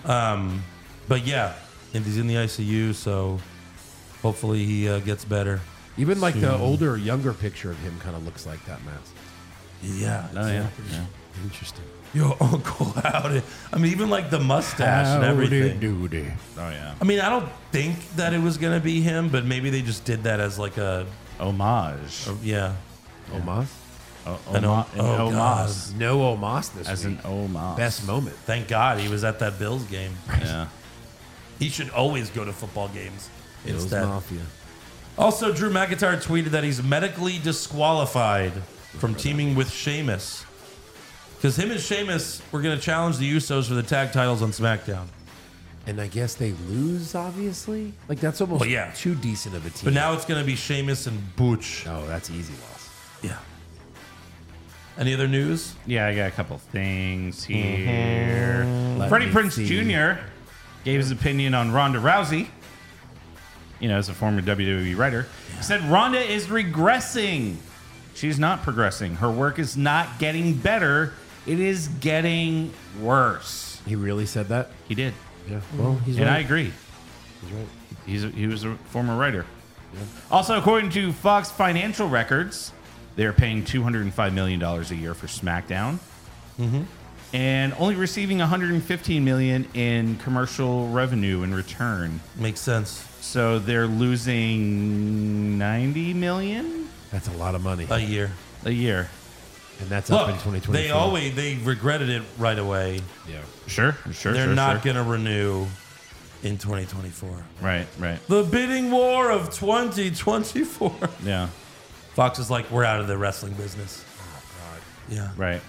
huh? Um, but yeah, and he's in the ICU, so hopefully he uh, gets better. Even like the older, younger picture of him kind of looks like that mask. Yeah, Oh yeah. yeah. Interesting. your uncle howdy. I mean, even like the mustache and everything. Duty. Oh yeah. I mean, I don't think that it was gonna be him, but maybe they just did that as like a, Homage. a- yeah, Omas? O- An oma- hom- oh, God. No Omas this As an week. homage. Best moment. Thank God he was at that Bills game. Yeah. He should always go to football games Bills instead. Mafia. Also, Drew McIntyre tweeted that he's medically disqualified from teaming with Sheamus. Because him and Sheamus were going to challenge the Usos for the tag titles on SmackDown. And I guess they lose, obviously. Like, that's almost Well, yeah. too decent of a team. But now it's going to be Sheamus and Butch. Oh, that's easy loss. Yeah. Any other news? Yeah, I got a couple things here. Let Freddie me Prince see. Jr. gave his opinion on Ronda Rousey. You know, as a former WWE writer, he said Ronda is regressing. She's not progressing. Her work is not getting better. It is getting worse. He really said that? He did, Yeah. Well, he's and I right. agree. He's right. He's a, he was a former writer. Also, according to Fox Financial Records, they are paying two hundred and five million dollars a year for SmackDown, and only receiving 115 million in commercial revenue in return. Makes sense. So they're losing 90 million That's a lot of money, A year. a year. and that's up in Look, 2024. they always they regretted it right away. yeah. Sure, sure. They're sure, not sure. going to renew in 2024. Right, right. The bidding war of 2024. Yeah, Fox is like, we're out of the wrestling business. Oh, Yeah. right.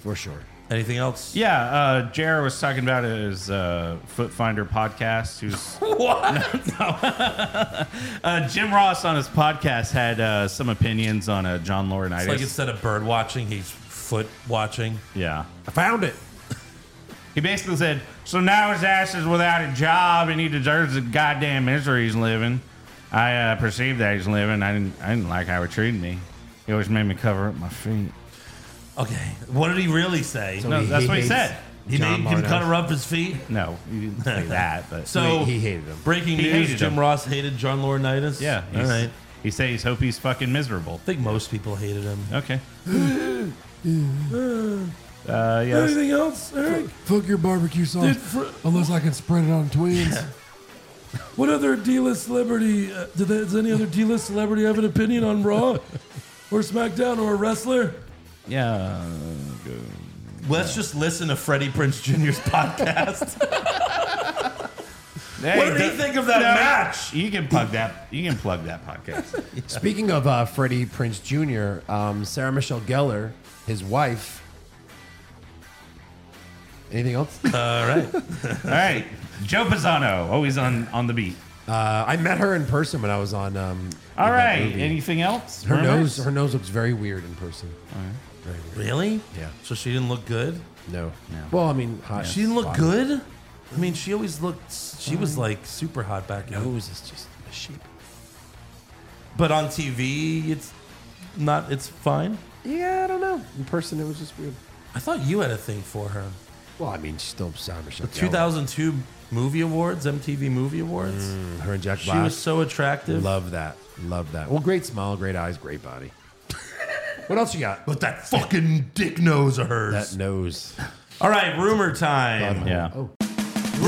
for sure. Anything else? Yeah, uh, Jared was talking about his uh, Foot Finder podcast. Who's What? uh, Jim Ross on his podcast had uh, some opinions on uh, John Laurinaitis. It's like instead of bird watching, he's foot watching. yeah, I found it. he basically said, "So now his ass is without a job, and he deserves the goddamn misery he's living." I uh, perceived that he's living. I didn't. I didn't like how he treated me. He always made me cover up my feet. Okay. What did he really say? So No, he- that's he what he hates- said. he John made him Martin. cut her up his feet. No, he didn't say that. But So he hated him. breaking He news: hated Jim him. Ross hated John Laurinaitis. yeah, All he's- right. He says he's hope he's fucking miserable. I think most people hated him. Okay. uh, yeah. that's- Anything else, Eric? Fuck your barbecue sauce. Did Fr- Unless I can spread it on twins. What other D-list celebrity? Uh, did they, does any other D-list celebrity have an opinion on Raw or SmackDown or a wrestler? Yeah. uh, Let's just listen to Freddie Prince Jr.'s podcast. hey, what did he th- think of that no, match? You can plug that. You can plug that podcast. Speaking of uh, Freddie Prince Jr., um, Sarah Michelle Gellar, his wife. Anything else? All right. All right, Joe Pisano, always on on the beat. Uh, I met her in person when I was on. Um, All with that right. movie. Anything else? her Rumors? nose, her nose looks very weird in person. Really? Yeah. So she didn't look good. No. Well, I mean, hot. She didn't look Fine. good. I mean, she always looked. She was like super hot back then. Nose is just a sheep. But on TV, it's not. It's fine. Yeah, I don't know. In person, it was just weird. I thought you had a thing for her. Well, I mean, she's still Sarah Michelle. The Gellar. 2002 Movie Awards, MTV Movie Awards. Her and Jack She Black. was so attractive. Love that. Love that. Well, great smile, great eyes, great body. what else you got? But that fucking dick nose of hers. That nose. All right, rumor time. Yeah. Oh.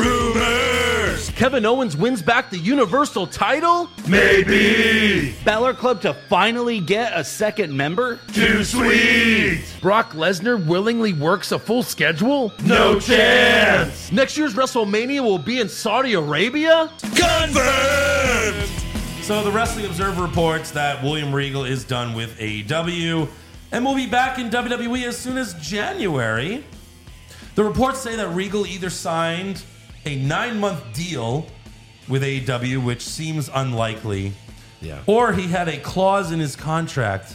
Rumors. Kevin Owens wins back the Universal title? Maybe Balor Club to finally get a second member? too sweet. Brock Lesnar willingly works a full schedule? No chance. Next year's WrestleMania will be in Saudi Arabia? Confirmed. So the Wrestling Observer reports that William Regal is done with AEW and will be back in WWE as soon as January. The reports say that Regal either signed a nine-month deal with AEW, which seems unlikely, Yeah. or he had a clause in his contract,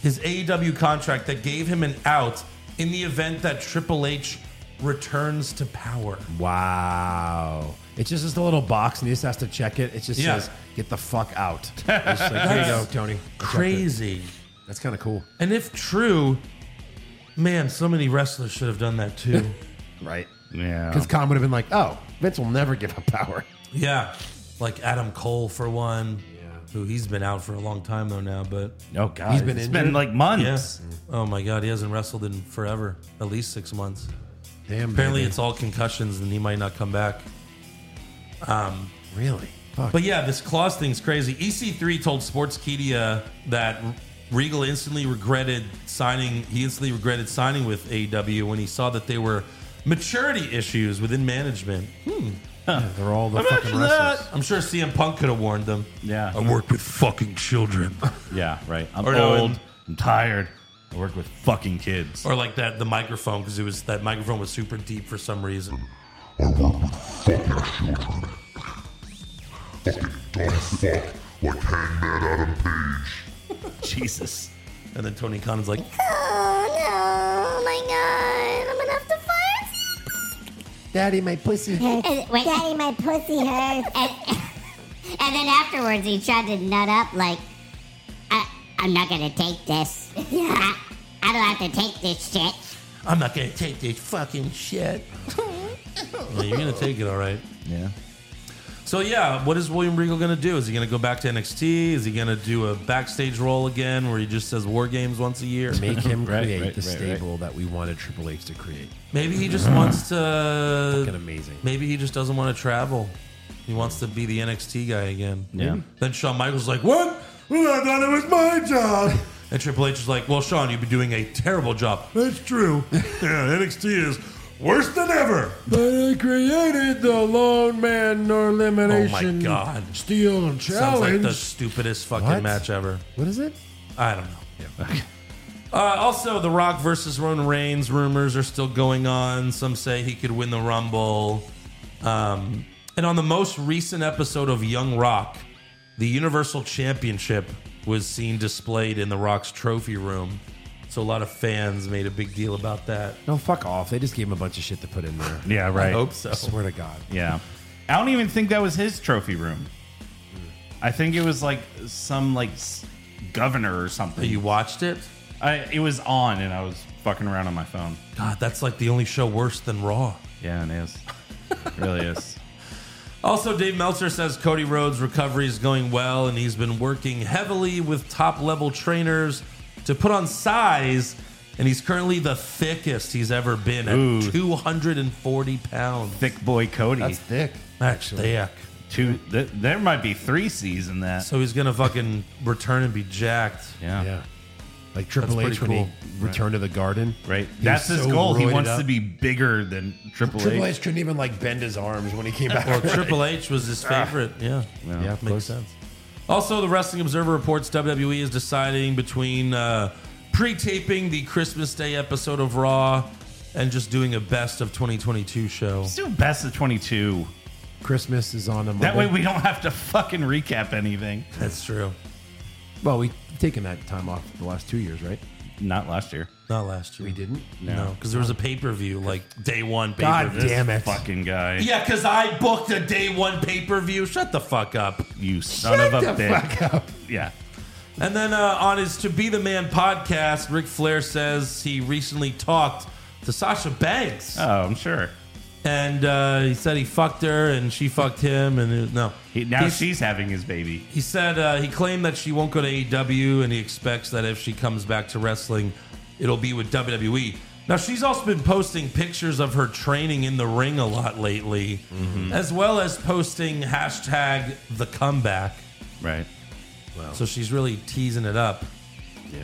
his AEW contract, that gave him an out in the event that Triple H returns to power. Wow. It's just this little box, and he just has to check it. It just Yeah. says, "Get the fuck out." It's like, here you go, Tony. Crazy. That's kind of cool, And if true, man, so many wrestlers should have done that too. right? Yeah. Because Khan would have been like, "Oh, Vince will never give up power." yeah. Like Adam Cole for one. Who he's been out for a long time though now, but Oh God. He's been it's injured? been like months. yes. Oh my god, he hasn't wrestled in forever. At least six months. Damn. Apparently baby. it's all concussions and he might not come back. really. Fuck. But yeah, this clause thing's crazy. EC3 told Sportskeeda that Regal instantly regretted signing. He instantly regretted signing with AEW when he saw that they were maturity issues within management. They're all the fucking Imagine wrestlers. that. I'm sure CM Punk could have warned them. Yeah. I worked with fucking children. Yeah. Right. I'm Or no, Oh, old. and- I'm tired. I work with fucking kids. or like that, the microphone because it was that microphone was super deep for some reason. I work with fucking children. Fucking dumb fuck like Hangman Adam Page. Jesus. And then Tony Khan's like, Oh no! Oh my god! I'm gonna have to fire Daddy, my pussy. And, wait. Daddy, my pussy hurts. and, and then afterwards, he tried to nut up like, I, I'm not gonna take this. Yeah. I, I don't have to take this shit. "I'm not gonna take this fucking shit." Well, you're gonna take it, all right. Yeah. So yeah, what is William Regal going to do? Is he going to go back to NXT? Is he going to do a backstage role again, where he just says War Games once a year? Make him create the stable that we wanted Triple H to create. Maybe he just wants to. Fucking amazing. Maybe he just doesn't want to travel. He wants to be the NXT guy again. Yeah. Then Shawn Michaels is like, what? Well, I thought it was my job. And Triple H is like, well, Shawn, you've been doing a terrible job. That's true. Yeah, NXT is worse than ever. But I created the Lone Man No Oh Elimination. Oh God. Steel Challenge. Sounds like the stupidest fucking What? match ever. What is it? I don't know. Uh, also, The Rock versus Roman Reigns rumors are still going on. Some say he could win the Rumble. Um, and on the most recent episode of Young Rock, the Universal Championship was seen displayed in The Rock's trophy room. So a lot of fans made a big deal about that. No, fuck off. They just gave him a bunch of shit to put in there. Yeah, right. I hope so. Swear to God. Yeah. I don't even think that was his trophy room. I think it was like some like s- governor or something. You watched it? I it was on and I was fucking around on my phone. God, that's like the only show worse than Raw. Yeah, it is. It really is. Also, Dave Meltzer says Cody Rhodes' recovery is going well, and he's been working heavily with top level trainers to put on size, and he's currently the thickest he's ever been at Ooh. 240 pounds. Thick boy Cody. That's thick. That's thick. Two th- there might be three C's in that. So he's gonna fucking return and be jacked. yeah. Yeah. Like Triple That's H when pretty he returned to the garden. Right. That's was his so goal. He roided wants up. to be bigger than Triple, Triple H. H couldn't even like bend his arms when he came back. Well, Triple H was his Ah. favorite. Yeah, yeah, makes sense. Also, the Wrestling Observer reports WWE is deciding between uh, pre-taping the Christmas Day episode of Raw and just doing a best of 2022 show. Let's do best of 22. Christmas is on a Monday. That way we don't have to fucking recap anything. That's true. well, we've taken that time off the last two years, right? Not last year. Not last year. We didn't. No, because there was a pay per view like day one. Pay-per-view. God damn it. Fucking guy. Yeah, because I booked a day one pay per view. Shut the fuck up. You son of a bitch. Yeah. And then uh, on his To Be the Man podcast, Ric Flair says he recently talked to Sasha Banks, Oh, I'm sure. and uh, he said he fucked her and she fucked him, and it, no, He, now He's- she's having his baby. He said uh, he claimed that she won't go to AEW, and he expects that if she comes back to wrestling, it'll be with WWE. Now she's also been posting pictures of her training in the ring a lot lately, Mm-hmm. as well as posting hashtag the comeback. Right. So she's really teasing it up,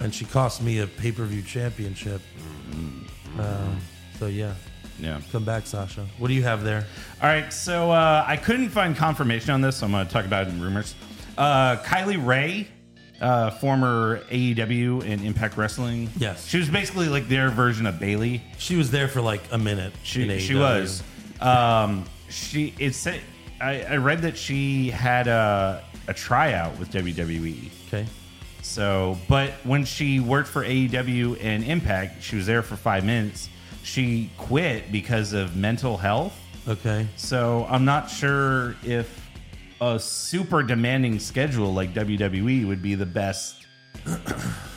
and she cost me a pay per view championship. Mm-hmm. Um, so yeah, Yeah. come back, Sasha. What do you have there? All right. So uh, I couldn't find confirmation on this, so I'm going to talk about it in rumors. Uh, Kylie Ray, uh, former AEW and Impact Wrestling. Yes. She was basically like their version of Bailey. She was there for like a E minute. She, in she AEW. was. Um, she it said I, I read that she had a, a tryout with E. WWE. okay. So, but when she worked for AEW and Impact, she was there for five minutes. She quit because of mental health. Okay. So I'm not sure if a super demanding schedule like WWE would be the best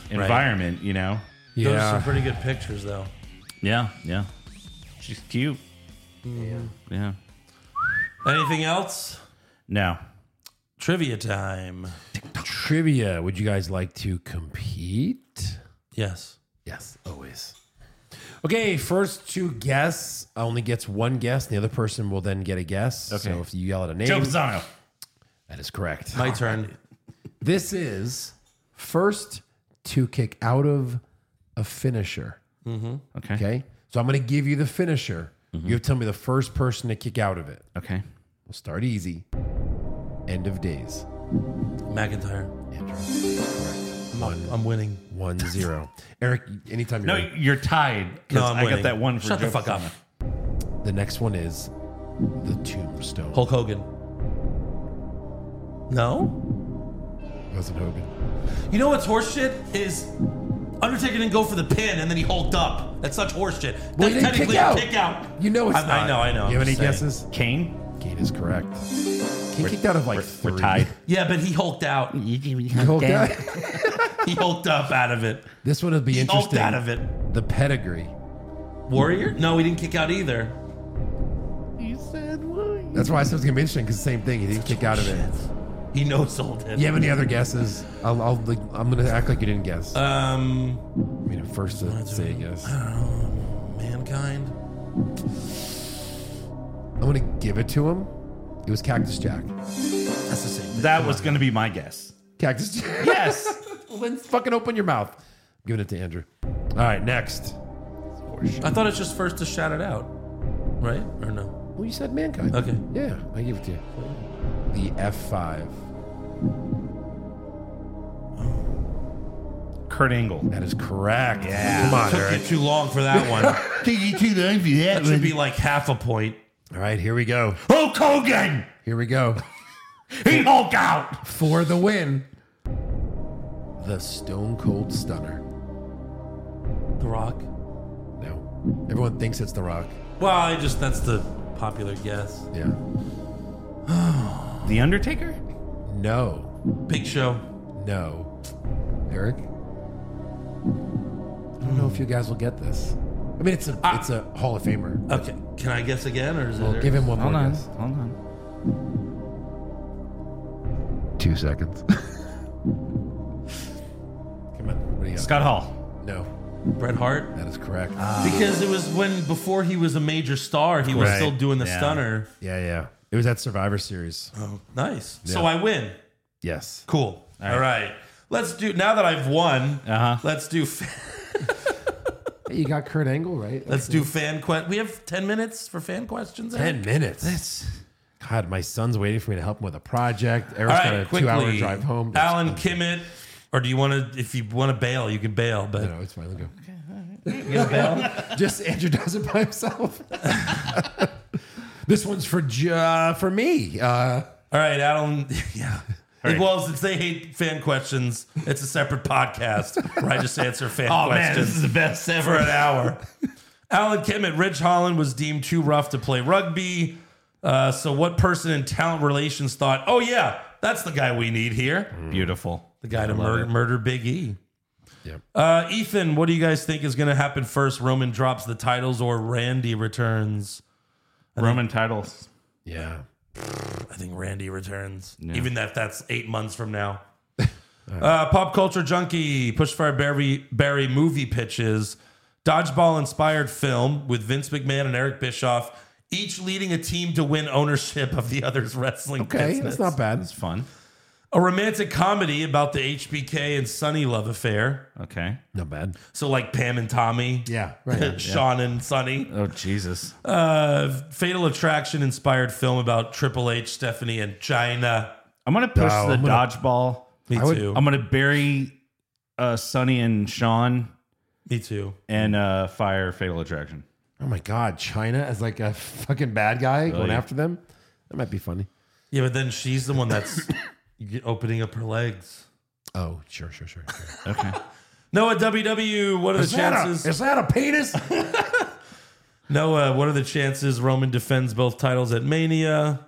environment. You know? Those are some pretty good pictures, though. Yeah, yeah. She's cute. Yeah. Yeah. Anything else? No. Trivia time. Trivia. Would you guys like to compete? Yes. Yes, always. Okay, first two guess only gets one guess. The other person will then get a guess. Okay. So if you yell at a name, Joe Pisano. that is correct. My turn. This is first to kick out of a finisher. Okay. Okay. Okay, so I'm going to give you the finisher. You tell me the first person to kick out of it. Okay. We'll start easy. End of days. McIntyre. One, I'm winning. one zero. Eric, anytime you're No, ready. you're tied. 'cause No, I'm I winning. got that one for Shut Joe the fuck up. Pisano. the next one is the tombstone. Hulk Hogan. No. Wasn't Hogan. You know what's horseshit is Undertaker didn't go for the pin and then he hulked up. That's such horseshit. Well, That's he didn't technically kick out. a kick out. You know it's I, not. I know. I know. You have I'm any just saying. guesses? Kane. Kane is correct. Kane kicked out of like three. We're tied. Yeah, but he hulked out. Hulk out. He hulked up out of it. This one would be He hulked interesting. out of it. The pedigree. Warrior? No, he didn't kick out either. sad line. That's why I said it's gonna be interesting because the same thing. He didn't kick out of it. He knows all that. You have any other guesses? I'll, I'll like, I'm gonna act like you didn't guess. Um, I mean, at first to say a guess. Mankind. I'm gonna give it to him. It was Cactus Jack. That's the same. thing. That Come was on. going to be my guess. Cactus Jack. Yes. well, then fucking open your mouth. I'm giving it to Andrew. All right, next. I thought it's just first to shout it out, right? Or no? Well, you said mankind. Okay. Yeah, I give it to you. The F5. Kurt Angle. That is correct. Yeah. Come on, Took Eric. you too long for that one. Take you too long for that should be like half a point. All right, here we go. Hulk Hogan. Here we go. He Hulk out. For the win, the Stone Cold Stunner. The Rock. No. Everyone thinks it's The Rock. Well, I just that's the popular guess. Yeah. The Undertaker? No. Big Show. No. Eric? I don't know if you guys will get this. I mean, it's a Ah. it's a Hall of Famer. Okay. Can I guess again, or is Well, it? give him one Hold more on. guess. Hold on. Two seconds. Come on. What do you got? Scott Hall. No. Bret Hart. That is correct. Because it was when before he was a major star, he was Right. still doing the Yeah. stunner. yeah, yeah. It was at Survivor Series. Oh, nice. So I win. Yes. Cool. All right. Let's do now that I've won. Uh huh. Let's do fa- Hey, you got Kurt Angle, right? let's do fan quest. We have ten minutes for fan questions. Ed? Ten minutes. God, my son's waiting for me to help him with a project. Eric's All got right, a quickly. two-hour drive home. Alan Kimmett, or do you want to? If you want to bail, you can bail. But No, it's fine. Let go. Just Andrew does it by himself. this one's for Ju- uh, for me. Uh, all right, Alan. Yeah. Well, since they hate fan questions, it's a separate podcast where I just answer fan Oh man, this questions is the best for ever. an hour. Alan Kimmett, Ridge Holland was deemed too rough to play rugby. Uh, so, what person in talent relations thought, oh, yeah, that's the guy we need here? Beautiful. The guy to mur- murder Big E. Yep. Uh, Ethan, what do you guys think is going to happen first? Roman drops the titles or Randy returns? Roman titles. yeah. I think Randy returns, even if that's eight months from now. uh, pop culture junkie, push fire Barry, Barry movie pitches, dodgeball inspired film with Vince McMahon and Eric Bischoff, each leading a team to win ownership of the other's wrestling Okay, business. that's not bad. That's fun. a romantic comedy about the HBK and Sonny love affair. Okay. Not bad. So like Pam and Tommy. Yeah, right. Sean and Sonny. Oh Jesus. Uh, Fatal Attraction inspired film about Triple H, Stephanie, and China. I'm gonna push Oh, the I'm gonna- dodgeball. Me I would- too. I'm gonna bury uh Sonny and Sean Me too. and uh fire Fatal Attraction. Oh my God, China as like a fucking bad guy going yeah. after them. That might be funny. Yeah, but then she's the one that's opening up her legs. Oh, sure, sure, sure. sure. Okay. Noah WW, what are the chances? that a penis? Noah, what are the chances Roman defends both titles at Mania?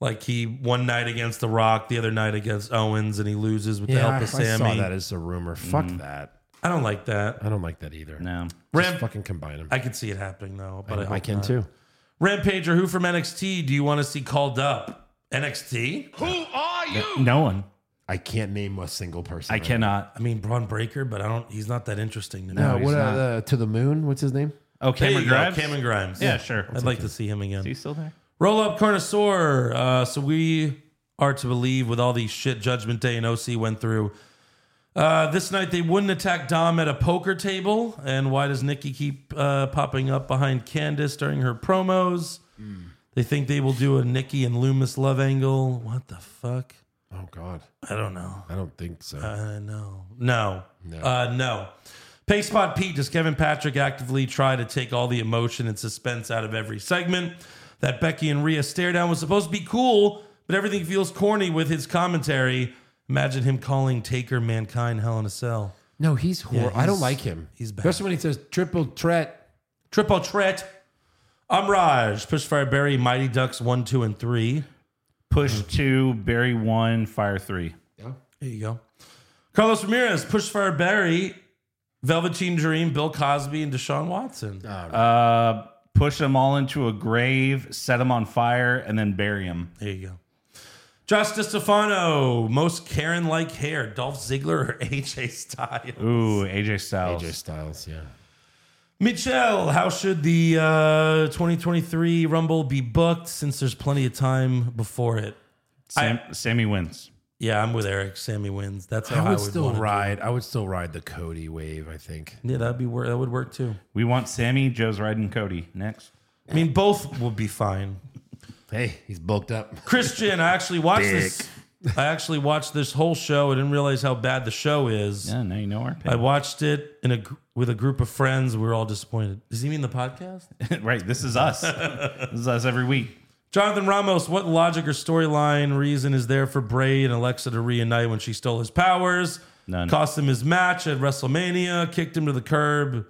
Like he one night against The Rock, the other night against Owens, and he loses with the yeah, help I Mm. of Sammy. saw that as a rumor. Fuck that. I don't like that. I don't like that either. no. Just Ram- fucking combine them. I can see it happening though, but I, hope I can not. too. Rampage or who from NXT do you want to see called up? NXT? Who are you? No one. I can't name a single person. I right cannot. I mean Braun Breaker, but I don't. He's not that interesting to me. now. No, he's what uh, not. uh, to the moon? What's his name? Oh, There Cameron you go, Grimes. Cameron Grimes. Yeah, sure. I'd like to see him again. Is he still there? Roll up Carnosaur. Uh, so we are to believe with all the shit Judgment Day and OC went through. Uh, this night they wouldn't attack Dom at a poker table. And why does Nikki keep uh, popping up behind Candace during her promos? Hmm. They think they will do a Nikki and Loomis love angle. What the fuck? Oh God, I don't know. I don't think so. Uh, no, no, no. Uh, no. Payspot Pete, does Kevin Patrick actively try to take all the emotion and suspense out of every segment? That Becky and Rhea stare down was supposed to be cool, but everything feels corny with his commentary. Imagine him calling Taker Mankind Hell in a Cell. no, he's horrible. I don't he's- like him. he's bad. especially when he says triple threat. Triple threat. I'm Raj. Push Fire Barry, Mighty Ducks 1, 2, and 3. Push two, bury one, fire three. There you go. Carlos Ramirez, Push Fire Barry, Velveteen Dream, Bill Cosby, and Deshaun Watson. Uh push them all into a grave, set them on fire, and then bury them. There you go. Josh DiStefano, most Karen like hair, Dolph Ziggler or AJ Styles? Ooh, AJ Styles. AJ Styles, yeah. Michelle, how should the uh, 2023 Rumble be booked since there's plenty of time before it? Sam, Sammy wins. Yeah, I'm with Eric. Sammy wins. That's how I I would would, still wanna do it. ride. I would still ride the Cody wave. I think. Yeah, that'd be wor- that would work too. We want Sammy, Joe's riding Cody next. I mean, both would be fine. Hey, he's bulked up. Christian, I actually watched this. I actually watched this whole show. I didn't realize how bad the show is. Yeah, now you know our I watched it in a gr- with a group of friends. We were all disappointed. Does he mean the podcast? right, this is us. this is us every week. Jonathan Ramos, what logic or storyline reason is there for Bray and Alexa to reunite when she stole his powers? None. Cost him his match at WrestleMania, kicked him to the curb.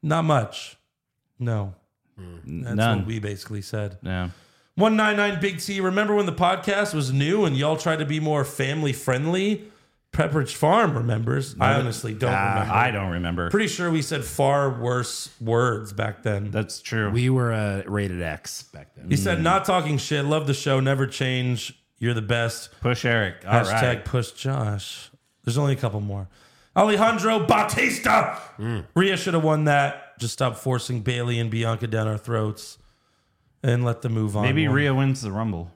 Not much. No. That's None. what we basically said. yeah. 199 Big T, remember when the podcast was new and y'all tried to be more family friendly? Pepperidge Farm remembers. I honestly don't Ah, remember. I don't remember. Pretty sure we said far worse words back then. That's true. We were uh, rated X back then. He Hmm. said, not talking shit. Love the show. Never change. You're the best. Push Eric. All right. Hashtag push Josh. There's only a couple more. Alejandro Batista. Hmm. Rhea should have won that. Just stop forcing Bailey and Bianca down our throats and let them move on. Maybe One- Rhea wins the Rumble.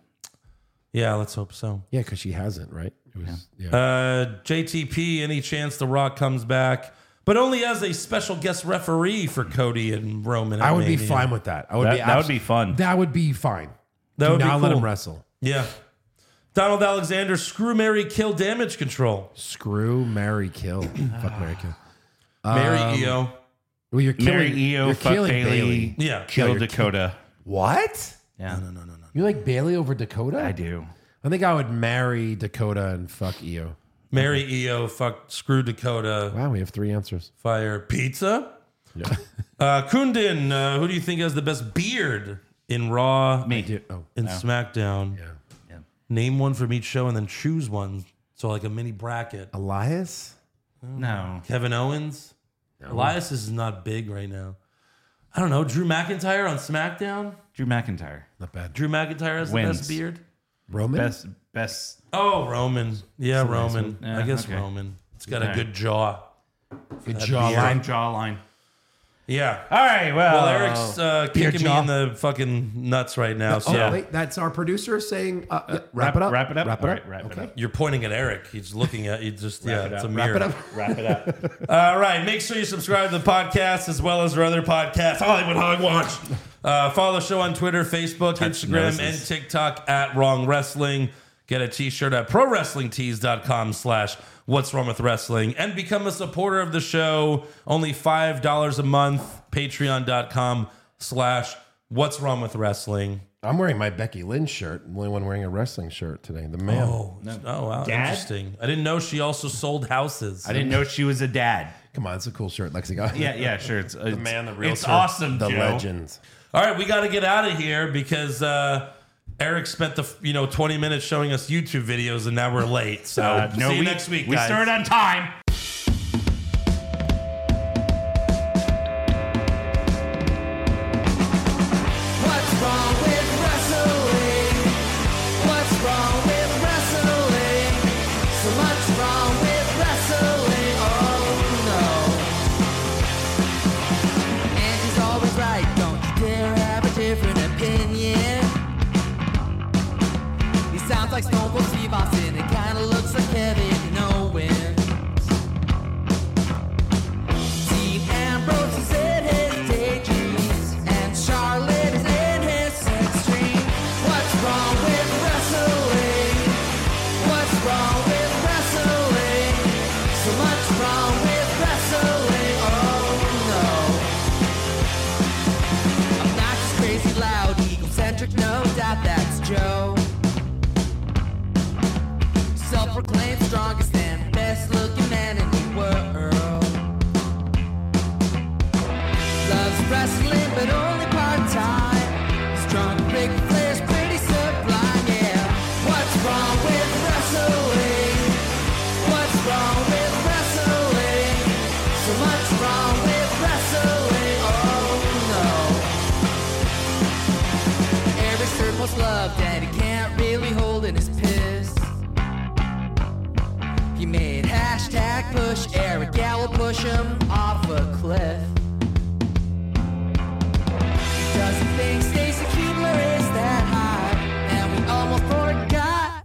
Yeah, let's hope so. Yeah, because she hasn't, right? It was, yeah. Uh, JTP, any chance The Rock comes back, but only as a special guest referee for Cody and Roman. at I would be Mania. fine with that. I would That, be. that would abs- be fun. That would be fine. That Do would be not let cool. him wrestle. Yeah. Donald Alexander, screw Mary, kill damage control. Screw, marry, kill. Fuck, marry, kill. Mary Um, EO. Well, you're Mary killing. Eo, you're fuck killing Bailey, Bailey. Yeah. kill you're Dakota. What? yeah. You like Bailey over Dakota? I do. I think I would marry Dakota and fuck Io. Mary EO, fuck, screw Dakota. Wow, we have three answers. Fire pizza. Uh, Kundin, uh, who do you think has the best beard in Raw Me. Oh, and SmackDown? Yeah. Yeah. Name one from each show and then choose one. So like a mini bracket. Elias. No. Kevin Owens. Elias is not big right now. I don't know. Drew McIntyre on SmackDown. Drew McIntyre. Not bad. Drew McIntyre has the Wins. best beard. Roman. Best best Oh, Roman. Yeah, Roman. one. I Yeah, guess okay. Roman. It's got Alright. a good jaw. Good line jawline. jawline. Yeah. All right, well, Well, Eric's uh, Beer kicking jaw. me in the fucking nuts right now. So Oh, wait, that's our producer saying, uh, yeah, wrap, it up. wrap it up. Wrap it All up. right, wrap it okay. up. you're pointing at Eric. He's looking at you. Just yeah, it it's up. a Wrap mirror. Wrap it up. Wrap it up. All right. Make sure you subscribe to the podcast as well as our other podcast, Hollywood Hogwash. Uh, follow the show on Twitter, Facebook, Instagram, and noses. TikTok at Wrong Wrestling. Get a t-shirt at prowrestlingtees.com slash what's wrong with wrestling and become a supporter of the show. Only $5 a month, patreon.com slash what's wrong with wrestling. I'm wearing my Becky Lynn shirt. The only one wearing a wrestling shirt today. The man. Oh, oh wow. Interesting. I didn't know she also sold houses. I didn't know she was a dad. Come on, it's a cool shirt, Lexi. got. Yeah, yeah, sure. It's, it's the man, the real. It's awesome, The Joe. legend. All right, we got to get out of here because uh, Eric spent the you know 20 minutes showing us YouTube videos and now we're late. So Uh, no, see you we, next week. We guys. started on time. What's wrong with wrestling? What's wrong with wrestling? So much wrong with wrestling. Oh no. And he's always right. Don't you dare have a different opinion. He sounds like Stone Cold Steve Austin. It kinda looks like Kevin Owens. Steve Ambrose is in his daydreams, and Charlotte is in his sex dream. What's wrong with wrestling? What's wrong with wrestling? So much wrong with wrestling. Oh no. I'm not just crazy loud, egocentric, no doubt that's Joe. Self-proclaimed strongest and best-looking man in the world. Loves wrestling, but only part time. Strong big players, pretty sublime, yeah. What's wrong with wrestling? What's wrong with wrestling? So much wrong with wrestling, oh no. much love that he can't really hold in his piss. He made hashtag push Eric Gallo push him off a cliff. He doesn't think Stacy Kubler is that hot, and we almost forgot